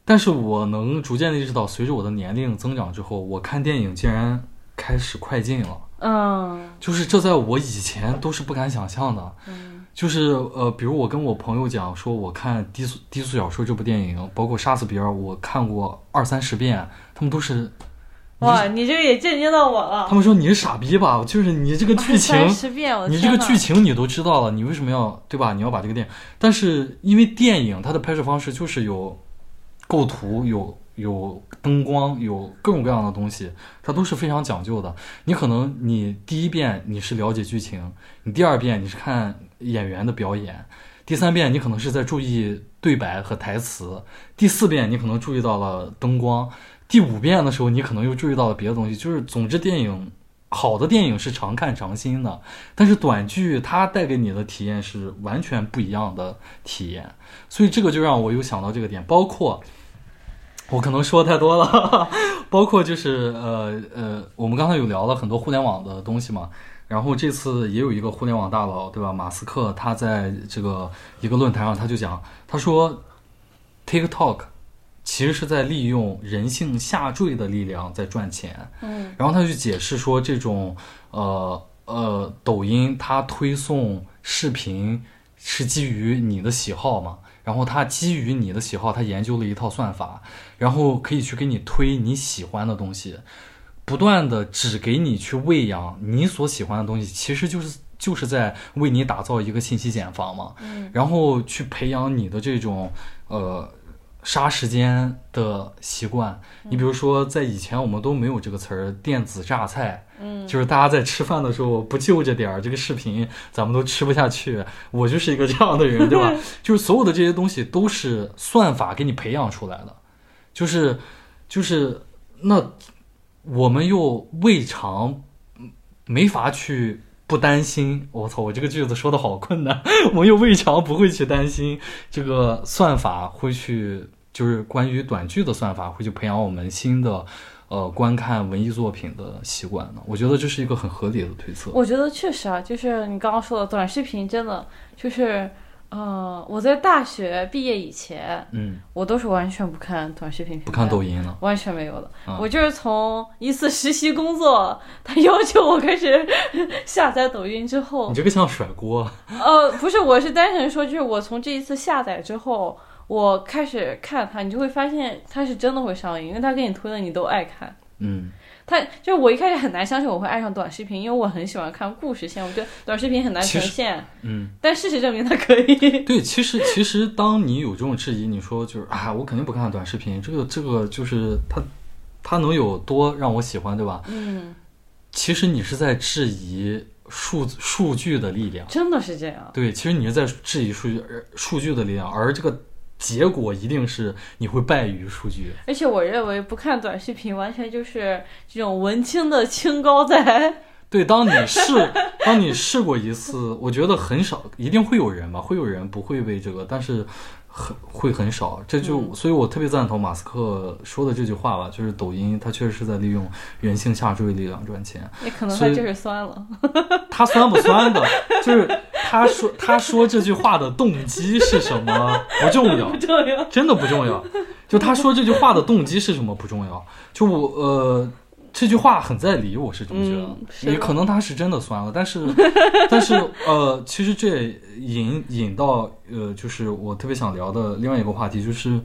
但是我能逐渐的意识到，随着我的年龄增长之后，我看电影竟然开始快进了，嗯就是这在我以前都是不敢想象的。嗯就是呃，比如我跟我朋友讲说，我看低俗低俗小说这部电影，包括《杀死比尔》，我看过二三十遍，他们都是，你哇，是你这个也震惊到我了他。们说你是傻逼吧？就是你这个 剧情，三十遍，我的你这天个呐剧情你都知道了，你为什么要对吧？你要把这个电影，但是因为电影它的拍摄方式就是有构图、有有灯光、有各种各样的东西，它都是非常讲究的。你可能你第一遍你是了解剧情，你第二遍你是看演员的表演，第三遍你可能是在注意对白和台词，第四遍你可能注意到了灯光，第五遍的时候你可能又注意到了别的东西。就是总之，电影好的电影是常看常新的，但是短剧它带给你的体验是完全不一样的体验。所以这个就让我有想到这个点，包括。我可能说太多了， 包括就是呃呃，我们刚才有聊了很多互联网的东西嘛，然后这次也有一个互联网大佬，对吧？马斯克他在这个一个论坛上，他就讲，他说，TikTok 其实是在利用人性下坠的力量在赚钱。嗯然后他就解释说，这种呃呃，抖音它推送视频是基于你的喜好嘛，然后它基于你的喜好，它研究了一套算法，然后可以去给你推你喜欢的东西，不断的只给你去喂养你所喜欢的东西，其实就是就是在为你打造一个信息茧房嘛，嗯然后去培养你的这种呃杀时间的习惯。你比如说，在以前我们都没有这个词儿“电子榨菜”，嗯，就是大家在吃饭的时候不就着点儿这个视频， 咱们都吃不下去。我就是一个这样的人，对吧？就是所有的这些东西都是算法给你培养出来的，就是就是那我们又未尝嗯没法去不担心。我操，我这个句子说的好困难。 我们又未尝不会去担心这个算法会去，就是关于短剧的算法会去培养我们新的。呃，观看文艺作品的习惯呢？我觉得这是一个很合理的推测。我觉得确实啊，就是你刚刚说的短视频，真的就是，呃，我在大学毕业以前，嗯，我都是完全不看短视频平台，不看抖音了。完全没有的。啊我就是从一次实习工作，他要求我开始下载抖音之后你，这个像甩锅。呃，不是，我是单纯说，就是我从这一次下载之后，我开始看它，你就会发现它是真的会上瘾，因为它给你推的你都爱看。嗯他就是我一开始很难相信我会爱上短视频，因为我很喜欢看故事线，我觉得短视频很难其呈实现。嗯，但事实证明它可以。 对，其实其实当你有这种质疑，你说就是啊，我肯定不看短视频，这个这个就是它，它能有多让我喜欢，对吧？嗯，其实你是在质疑数数据的力量，真的是这样。对，其实你是在质疑数据而数据的力量，而这个结果一定是你会败于数据。而且我认为不看短视频完全就是这种文青的清高在。对，当你试当你试过一次，我觉得很少，一定会有人吧，会有人不会为这个，但是很会很少。这就、所以，我特别赞同马斯克说的这句话吧，就是抖音它确实是在利用人性下坠力量赚钱。也可能所他以就是酸了。他酸不酸的，就是他说他说这句话的动机是什么不重要 不，重要。真的不重要。就他说这句话的动机是什么不重要，就我呃这句话很在理，我是这么觉嗯是得。的也可能他是真的酸了，但是 但是呃，其实这也引引到呃，就是我特别想聊的另外一个话题，就是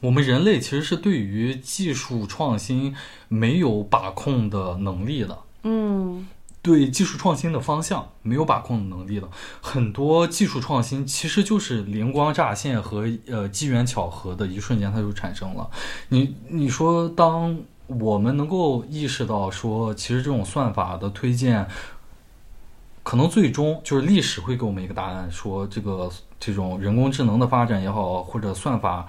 我们人类其实是对于技术创新没有把控的能力的。嗯，对技术创新的方向没有把控能力的，很多技术创新其实就是灵光乍现和呃机缘巧合的一瞬间它就产生了。你你说，当我们能够意识到说，其实这种算法的推荐，可能最终就是历史会给我们一个答案，说这个这种人工智能的发展也好，或者算法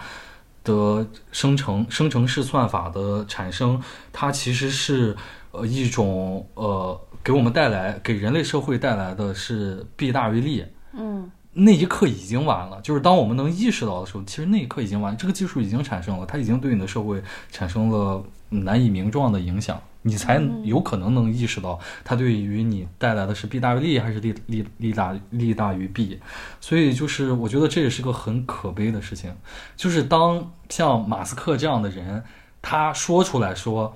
的生成生成式算法的产生，它其实是呃一种呃给我们带来给人类社会带来的是弊大于利。嗯，那一刻已经完了，就是当我们能意识到的时候，其实那一刻已经完了，这个技术已经产生了，它已经对你的社会产生了难以名状的影响，你才有可能能意识到它对于你带来的是弊大于利还是利利利大利大于弊。所以就是我觉得这也是个很可悲的事情，就是当像马斯克这样的人，他说出来说。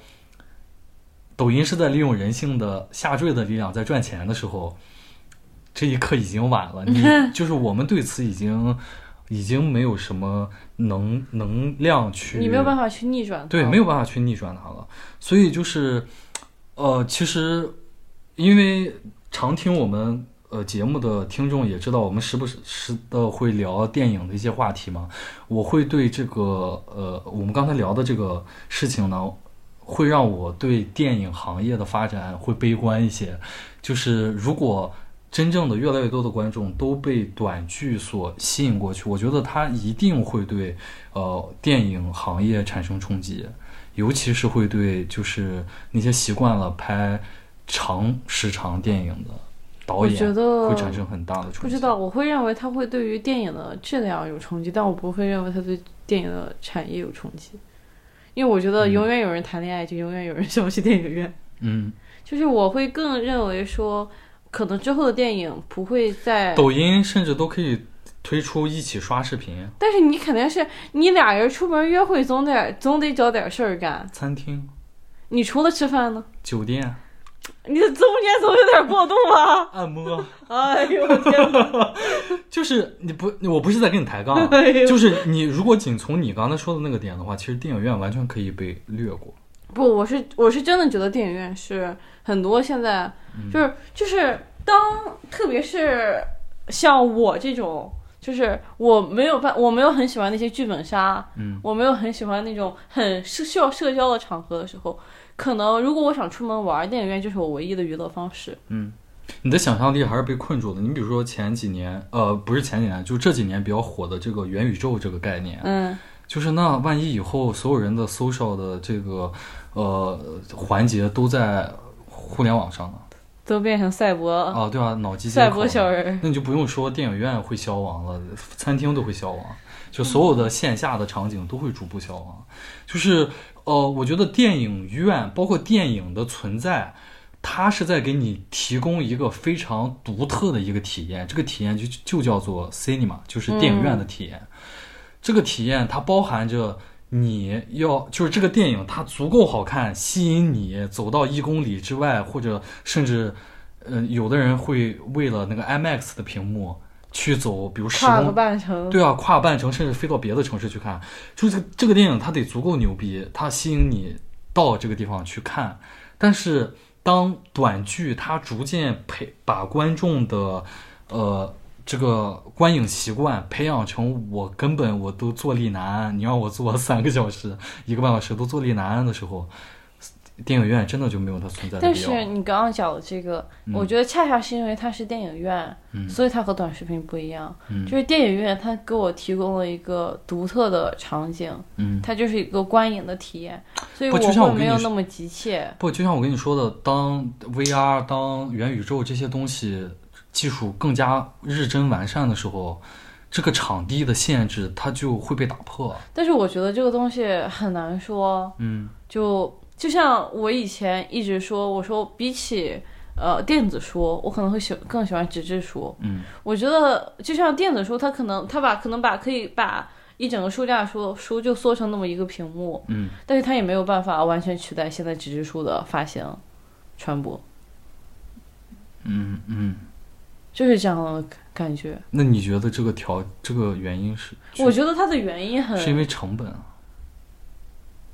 抖音是在利用人性的下坠的力量在赚钱的时候，这一刻已经晚了， 你就是我们对此已经已经没有什么能能量去，你没有办法，法去逆转。啊对，没有。办法去逆转它了。所以就是，呃，其实因为常听我们呃节目的听众也知道，我们时不时时的会聊电影的一些话题嘛，我会对这个呃我们刚才聊的这个事情呢，会让我对电影行业的发展会悲观一些。就是如果真正的越来越多的观众都被短剧所吸引过去，我觉得它一定会对呃电影行业产生冲击，尤其是会对就是那些习惯了拍长时长电影的导我觉演得会产生很大的冲击。不知道，我会认为它会对于电影的质量有冲击，但我不会认为它对电影的产业有冲击，因为我觉得嗯永远有人谈恋爱，就永远有人想要去电影院。嗯，就是我会更认为说，可能之后的电影不会再，抖音甚至都可以推出一起刷视频、但是你肯定是你俩人出门约会，总得总得找点事儿干。餐厅、你除了吃饭呢，酒店、你中间总有点过渡吧？按摩。 哎呦我天哪！，就是你不，我不是在跟你抬杠啊 哎呦就是你如果仅从你刚才说的那个点的话，其实电影院完全可以被略过。不，我是我是真的觉得电影院是很多现在嗯就是、就是当特别是像我这种，就是我没有办我没有很喜欢那些剧本杀，嗯，我没有很喜欢那种很社需要社交的场合的时候，可能如果我想出门玩，电影院就是我唯一的娱乐方式。你的想象力还是被困住的。你比如说前几年，呃，不是前几年，就这几年比较火的这个元宇宙这个概念，嗯，就是那万一以后所有人的 social 的这个呃环节都在互联网上呢？都变成赛博、啊，对啊，脑机接赛口博呢小人儿。那你就不用说电影院会消亡了，餐厅都会消亡，就所嗯有的线下的场景都会逐步消亡。就是呃，我觉得电影院包括电影的存在，它是在给你提供一个非常独特的一个体验，这个体验就就叫做 cinema，就是电影嗯院的体验。这个体验它包含着。你要就是这个电影，它足够好看，吸引你走到一公里之外，或者甚至呃，有的人会为了那个 IMAX 的屏幕去走，比如十跨个公，半程，对啊，跨半程，甚至飞到别的城市去看。就是这个这个电影，它得足够牛逼，它吸引你到这个地方去看。但是当短剧它逐渐培把观众的呃这个观影习惯培养成我根本我都坐立难安，你让我坐三个小时、一个半小时都坐立难安的时候，电影院真的就没有它存在的嗯但必要。是你刚刚讲的这个，我觉得恰恰是因为它是电影院，所以它和短视频不一样。嗯就是电影院它给我提供了一个独特的场景，嗯，它就是一个观影的体验，所以不我就像我会跟没你有说那么急切。不，就像我跟你说的，当 VR、当元宇宙这些东西技术更加日臻完善的时候，这个场地的限制它就会被打破。但是我觉得这个东西很难说，嗯就就像我以前一直说，我说比起呃电子书，我可能会喜更喜欢纸质书。嗯我觉得就像电子书，它可能它把可能把可以把一整个书架书书就缩成那么一个屏幕，嗯，但是它也没有办法完全取代现在纸质书的发行传播，嗯嗯。就是这样的感感觉。那你觉得这个条这个原因是？我觉得它的原是因因很，为成本啊。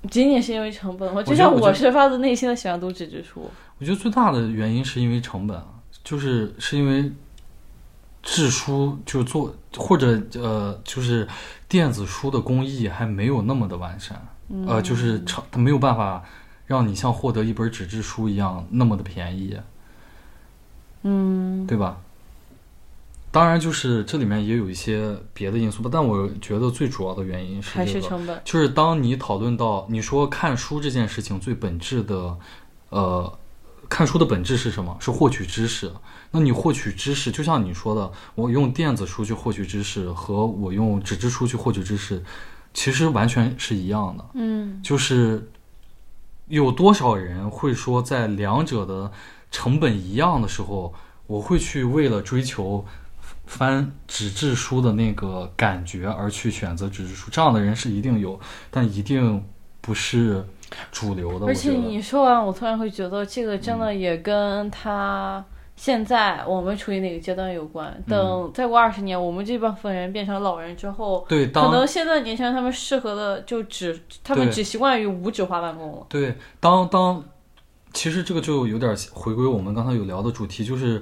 仅仅是因为成本。我我就觉得像我觉我得是发自内心的喜欢读纸质书，我觉得最大的原因是因为成本啊，就是是因为制书就是做或者呃就是电子书的工艺还没有那么的完善，呃，就是成它没有办法让你像获得一本纸质书一样那么的便宜，嗯，对吧？当然，就是这里面也有一些别的因素吧，但我觉得最主要的原因是、这个、还是成本。就是当你讨论到你说看书这件事情最本质的，呃，看书的本质是什么？是获取知识。那你获取知识，就像你说的，我用电子书去获取知识和我用纸质书去获取知识，其实完全是一样的。嗯，就是有多少人会说，在两者的成本一样的时候，我会去为了追求翻纸质书的那个感觉而去选择纸质书？这样的人是一定有，但一定不是主流的。而我且觉得，嗯你说完，我突然会觉得这个真的也跟他现在我们处于哪个阶段有关。嗯等再过二十年，我们这部分人变成老人之后，对，可当能现在年轻人他们适合的就只他们对只习惯于无纸化办公了。对，当当，其实这个就有点回归我们刚才有聊的主题，就是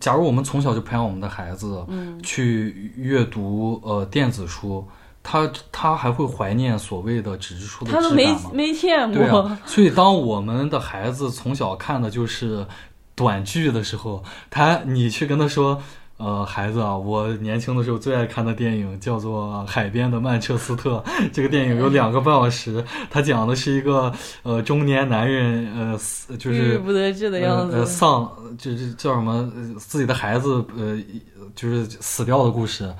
假如我们从小就培养我们的孩子，嗯，去阅读呃电子书，他他还会怀念所谓的纸质书的他都质没感吗？没见对过。啊，所以当我们的孩子从小看的就是短剧的时候，他你去跟他说。呃，孩子啊，我年轻的时候最爱看的电影叫做《海边的曼彻斯特》。 这个电影有两个半小时，它讲的是一个呃中年男人呃死就郁是郁不得志的样呃呃、子，丧就是叫什么、呃自己的孩子呃一就是死掉的故事。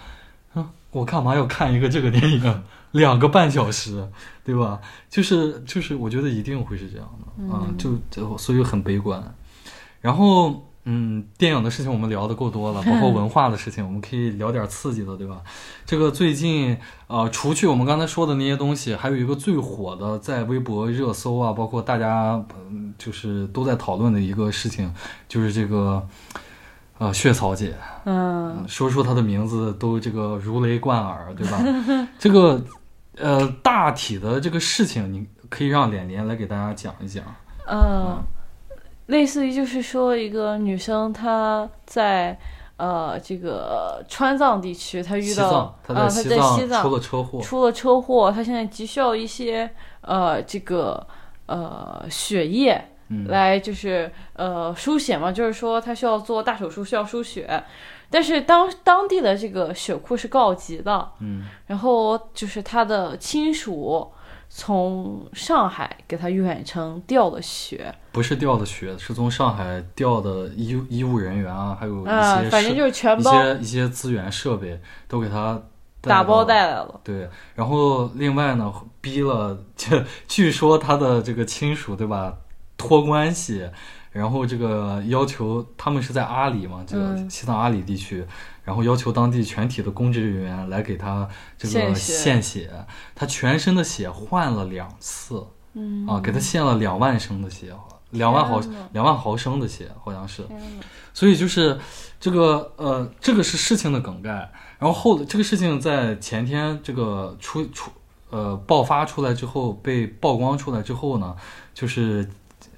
嗯，我干嘛要看一个这个电影？两个半小时，对吧？就是就是，我觉得一定会是这样的啊、嗯就就所以很悲观。然后嗯，电影的事情我们聊的够多了， 包括文化的事情，我们可以聊点刺激的，对吧？这个最近呃，除去我们刚才说的那些东西，还有一个最火的，在微博热搜啊，包括大家、嗯、就是都在讨论的一个事情，就是这个呃血草姐，嗯，说出她的名字都这个如雷贯耳，对吧？ 这个呃大体的这个事情，你可以让脸脸来给大家讲一讲。嗯，类似于就是说，一个女生她在呃这个川藏地区，她遇西到藏，她啊，她西在西出藏了车祸，出了车祸，她现在急需要一些呃这个呃血液。嗯来就是呃输血嘛，就是说她需要做大手术，需要输血，但是当当地的这个血库是告急的，嗯然后就是他的亲属从上海给他远程调的血，不是掉的血，是从上海调的医医务人员啊，还有一些、啊、反正就是全一包些一些资源设备都给他带打包到带来了。对，然后另外呢，逼了，这据说他的这个亲属对吧，托关系，然后这个要求他们是在阿里嘛，这个嗯西藏阿里地区，然后要求当地全体的公职人员来给他这个献血献血，他全身的血换了两次，嗯啊，给他献了两万升的血，两万毫天哪两万毫升的血好像是，天哪所以就是这个呃，这个是事情的梗概。然后后这个事情在前天这个出出呃爆发出来之后，被曝光出来之后呢，就是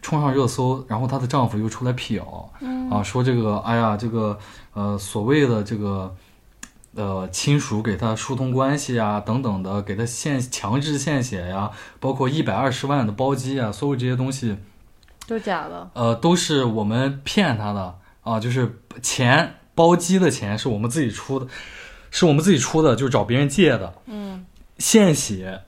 冲上热搜，然后她的丈夫又出来辟谣，啊，说这个哎呀，这个呃所谓的这个。呃，亲属给她疏通关系啊，等等的，给她献强制献血呀、包括一百二十万的包机啊，所有这些东西，都假了，呃，都是我们骗他的啊，就是钱包机的钱是我们自己出的，是我们自己出的，就是找别人借的。嗯，献血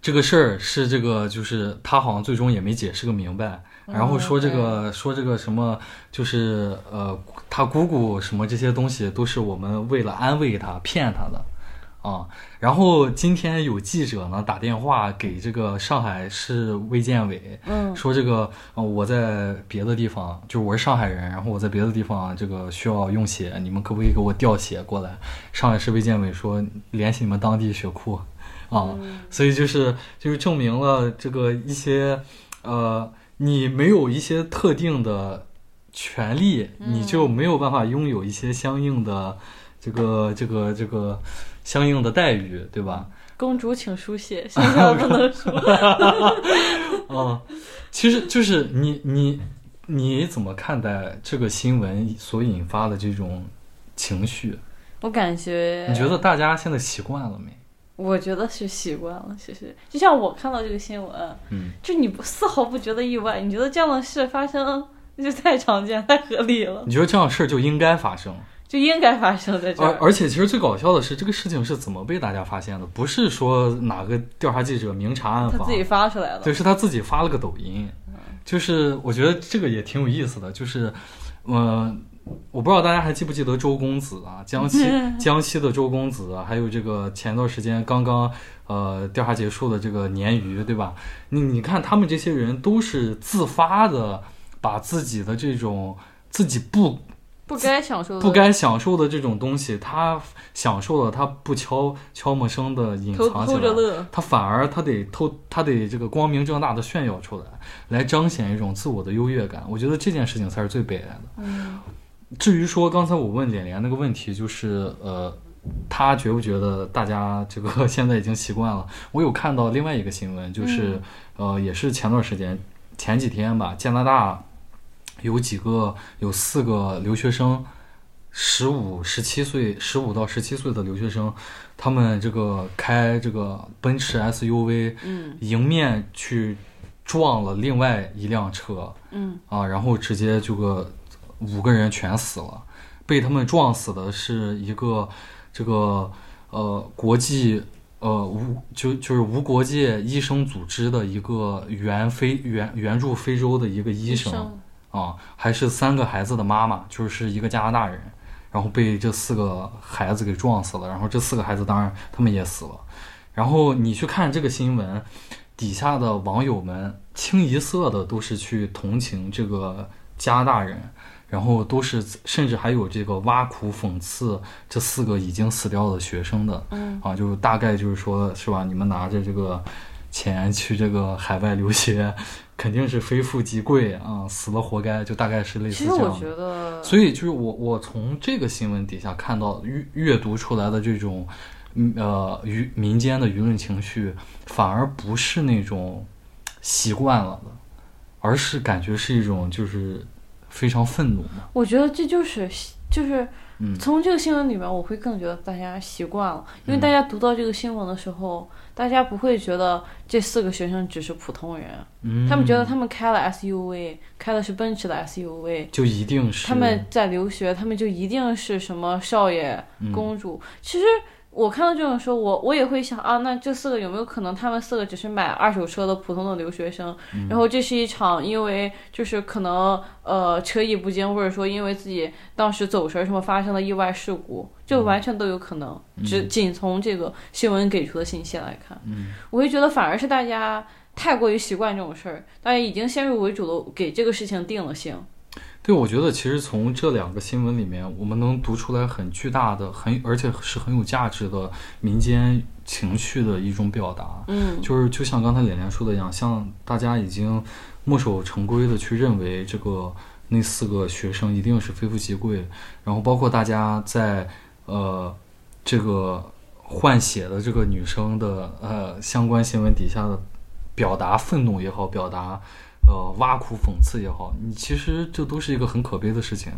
这个事儿是这个，就是他好像最终也没解释个明白，然后说这个、说这个什么，就是呃，他姑姑什么这些东西都是我们为了安慰他骗他的。啊、然后今天有记者呢打电话给这个上海市卫健委，嗯说这个，呃，我在别的地方，就是我是上海人，然后我在别的地方这个需要用血，你们可不可以给我调血过来？上海市卫健委说联系你们当地血库，啊，所以就是就是证明了这个一些，呃，你没有一些特定的权利，你就没有办法拥有一些相应的这个这个这个相应的待遇，对吧？公主请 书写，现在不能说。嗯，其实就是你你你怎么看待这个新闻所引发的这种情绪？我感觉，你觉得大家现在习惯了没？我觉得是习惯了，其实就像我看到这个新闻，啊嗯，就你不丝毫不觉得意外，你觉得这样的事发生那就太常见、太合理了，你觉得这样的事儿就应该发生？就应该发生在这而儿。而且其实最搞笑的是，这个事情是怎么被大家发现的？不是说哪个调查记者明察暗他访自，己发出来了，哦嗯对，是他自己发了个抖音。就是我觉得这个也挺有意思的，就是，呃，我不知道大家还记不记得周公子啊，江 西江西的周公子啊，还有这个前段时间刚刚呃调查结束的这个鲶鱼，对吧？你你看他们这些人都是自发的，把自己的这种自己不不该享受的，不该享受的这种东西，他享受了，他不悄悄没声的隐偷藏起偷来着，乐。他反而他得偷，他得这个光明正大的炫耀出来，来彰显一种自我的优越感。我觉得这件事情才是最悲哀的。嗯至于说刚才我问脸脸那个问题，就是呃，他觉不觉得大家这个 现在已经习惯了？我有看到另外一个新闻，就是、呃，也是前段时间前几天吧，加拿大有几个有四个留学生，十五、十七岁，十五到十七岁的留学生，他们这个开这个奔驰 SUV 嗯迎面去撞了另外一辆车，嗯，啊，然后直接这个五个人全死了，被他们撞死的是一个这个呃国际呃无就就是无国界医生组织的一个援非援援助非洲的一个医生啊，还是三个孩子的妈妈，就是一个加拿大人，然后被这四个孩子给撞死了，然后这四个孩子当然他们也死了，然后你去看这个新闻，底下的网友们清一色的都是去同情这个加拿大人，然后都是甚至还有这个挖苦讽刺这四个已经死掉的学生的，嗯啊，就是大概就是说，是吧？你们拿着这个钱去这个海外留学，肯定是非富即贵啊，死了活该，就大概是类似其实这样我的。觉得，所以就是我我从这个新闻底下看到阅阅读出来的这种，嗯呃舆民间的舆论情绪，反而不是那种习惯了的，而是感觉是一种就是非常愤怒嘛。我觉得这就是就是嗯从这个新闻里面，我会更觉得大家习惯了，因为大家读到这个新闻的时候，大家不会觉得这四个学生只是普通人，嗯，他们觉得他们开了 SUV，开的是奔驰的 SUV，就一定是哎他们在留学，他们就一定是什么少爷、嗯公主。其实我看到这种时候，我我也会想啊，那这四个有没有可能他们四个只是买二手车的普通的留学生？然后这是一场因为就是可能呃车艺不精，或者说因为自己当时走神儿什么发生的意外事故，就完全都有可能。只仅从这个新闻给出的信息来看，我会觉得反而是大家。太过于习惯这种事儿，大家已经先入为主的给这个事情定了性。对，我觉得其实从这两个新闻里面，我们能读出来很巨大的、很而且是很有价值的民间情绪的一种表达。嗯，就是就像刚才脸脸说的一样，像大家已经墨守成规的去认为这个那四个学生一定是非富即贵，然后包括大家在呃这个换血的这个女生的呃相关新闻底下的表达愤怒也好，表达呃挖苦讽刺也好，你其实这都是一个很可悲的事情。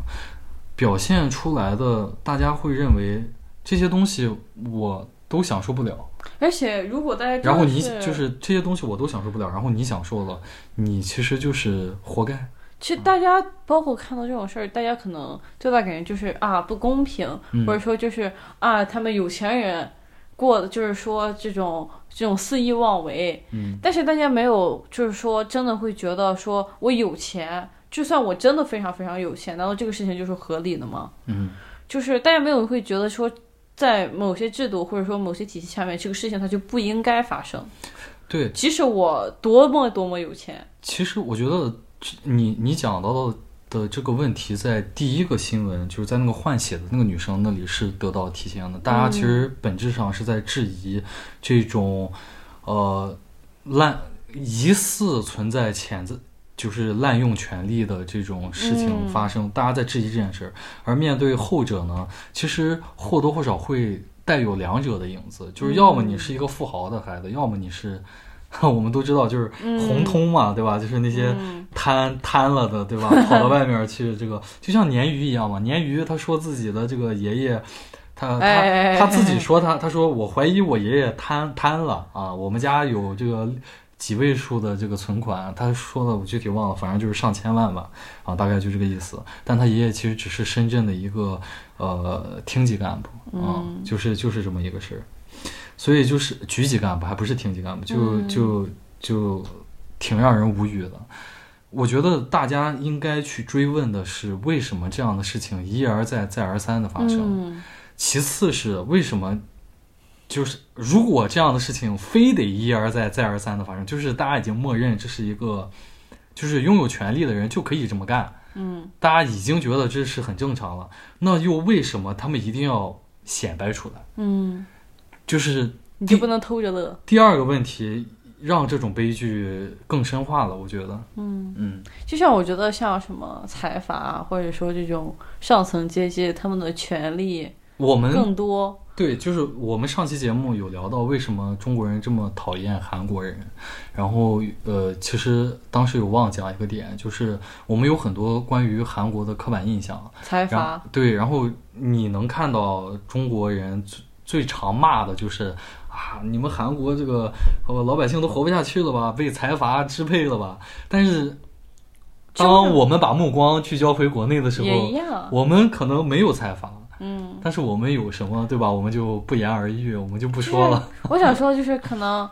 表现出来的，大家会认为这些东西我都享受不了，而且如果大家真的然后你是就是这些东西我都享受不了，然后你享受了，你其实就是活该。其实大家包括看到这种事儿，大家可能最大感觉就是啊不公平，嗯或者说就是啊他们有钱人过的就是说这种这种肆意妄为，嗯，但是大家没有就是说真的会觉得说我有钱，就算我真的非常非常有钱，难道这个事情就是合理的吗？嗯，就是大家没有会觉得说在某些制度或者说某些体系下面，这个事情它就不应该发生，对，即使我多么多么有钱，其实我觉得这你你讲到的的这个问题，在第一个新闻就是在那个换血的那个女生那里是得到体现的。大家其实本质上是在质疑这种呃滥疑似存在潜在。就是滥用权力的这种事情嗯发生，大家在质疑这件事儿。而面对后者呢，其实或多或少会带有两者的影子，就是要么你是一个富豪的孩子，要么你是 我们都知道就是红通嘛，对吧？就是那些嗯贪贪了的， 对吧？跑到外面去，这个就像鲶鱼一样嘛。鲶鱼他说自己的这个爷爷，他哎他哎哎他自己说他他说我怀疑我爷爷贪贪了啊，我们家有这个。几位数的这个存款，他说的我具体忘了，反正就是上千万吧，啊，大概就这个意思。但他爷爷其实只是深圳的一个呃厅级干部，啊，嗯就是就是这么一个事儿。所以就是局级干部，还不是厅级干部，就嗯就就挺让人无语的。我觉得大家应该去追问的是，为什么这样的事情一而再、再而三的发生？嗯其次是为什么，就是如果这样的事情非得一而再、再而三的发生，就是大家已经默认这是一个，就是拥有权利的人就可以这么干，嗯大家已经觉得这是很正常了。那又为什么他们一定要显摆出来？嗯，就是你就不能偷着乐。第二个问题，让这种悲剧更深化了。我觉得，嗯，嗯就像我觉得像什么财阀啊或者说这种上层阶级，他们的权利我们更多。对，就是我们上期节目有聊到为什么中国人这么讨厌韩国人，然后呃，其实当时有忘讲一个点，就是我们有很多关于韩国的刻板印象，财然后阀，对，然后你能看到中国人最最常骂的就是啊，你们韩国这个呃老百姓都活不下去了吧，被财阀支配了吧，但是。当我们把目光聚焦回国内的时也一候，样。我们可能没有财阀，嗯，但是我们有什么，对吧？我们就不言而喻，我们就不不说了。。我想说就是可能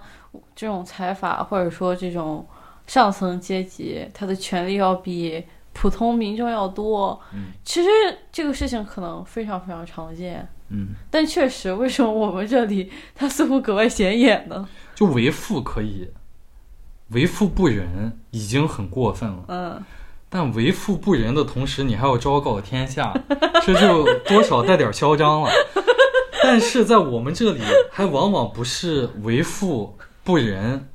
这种财阀或者说这种上层阶级，他的权利要比普通民众要多。嗯其实这个事情可能非常非常常见，嗯，但确实，为什么我们这里他似乎格外显眼呢？就为富可以，为富不仁已经很过分了。嗯。但为富不仁的同时，你还要昭告天下，这就多少带点嚣张了。但是在我们这里，还往往不是为富不仁，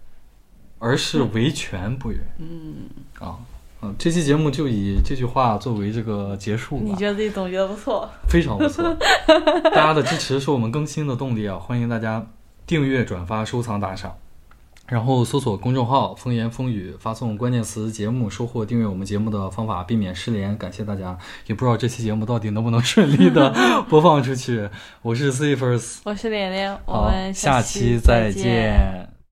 而是为权不仁。嗯啊。嗯，这期节目就以这句话作为这个结束吧。你觉得自己总结的不错，非常不错。 大家的支持是我们更新的动力啊！欢迎大家订阅、转发、收藏、打赏，然后搜索公众号“风言风语”，发送关键词“节目”，收获订阅我们节目的方法，避免失联。感谢大家！也不知道这期节目到底能不能顺利的播放出去。我是 C First，我是莲莲，我好们，下期再见。见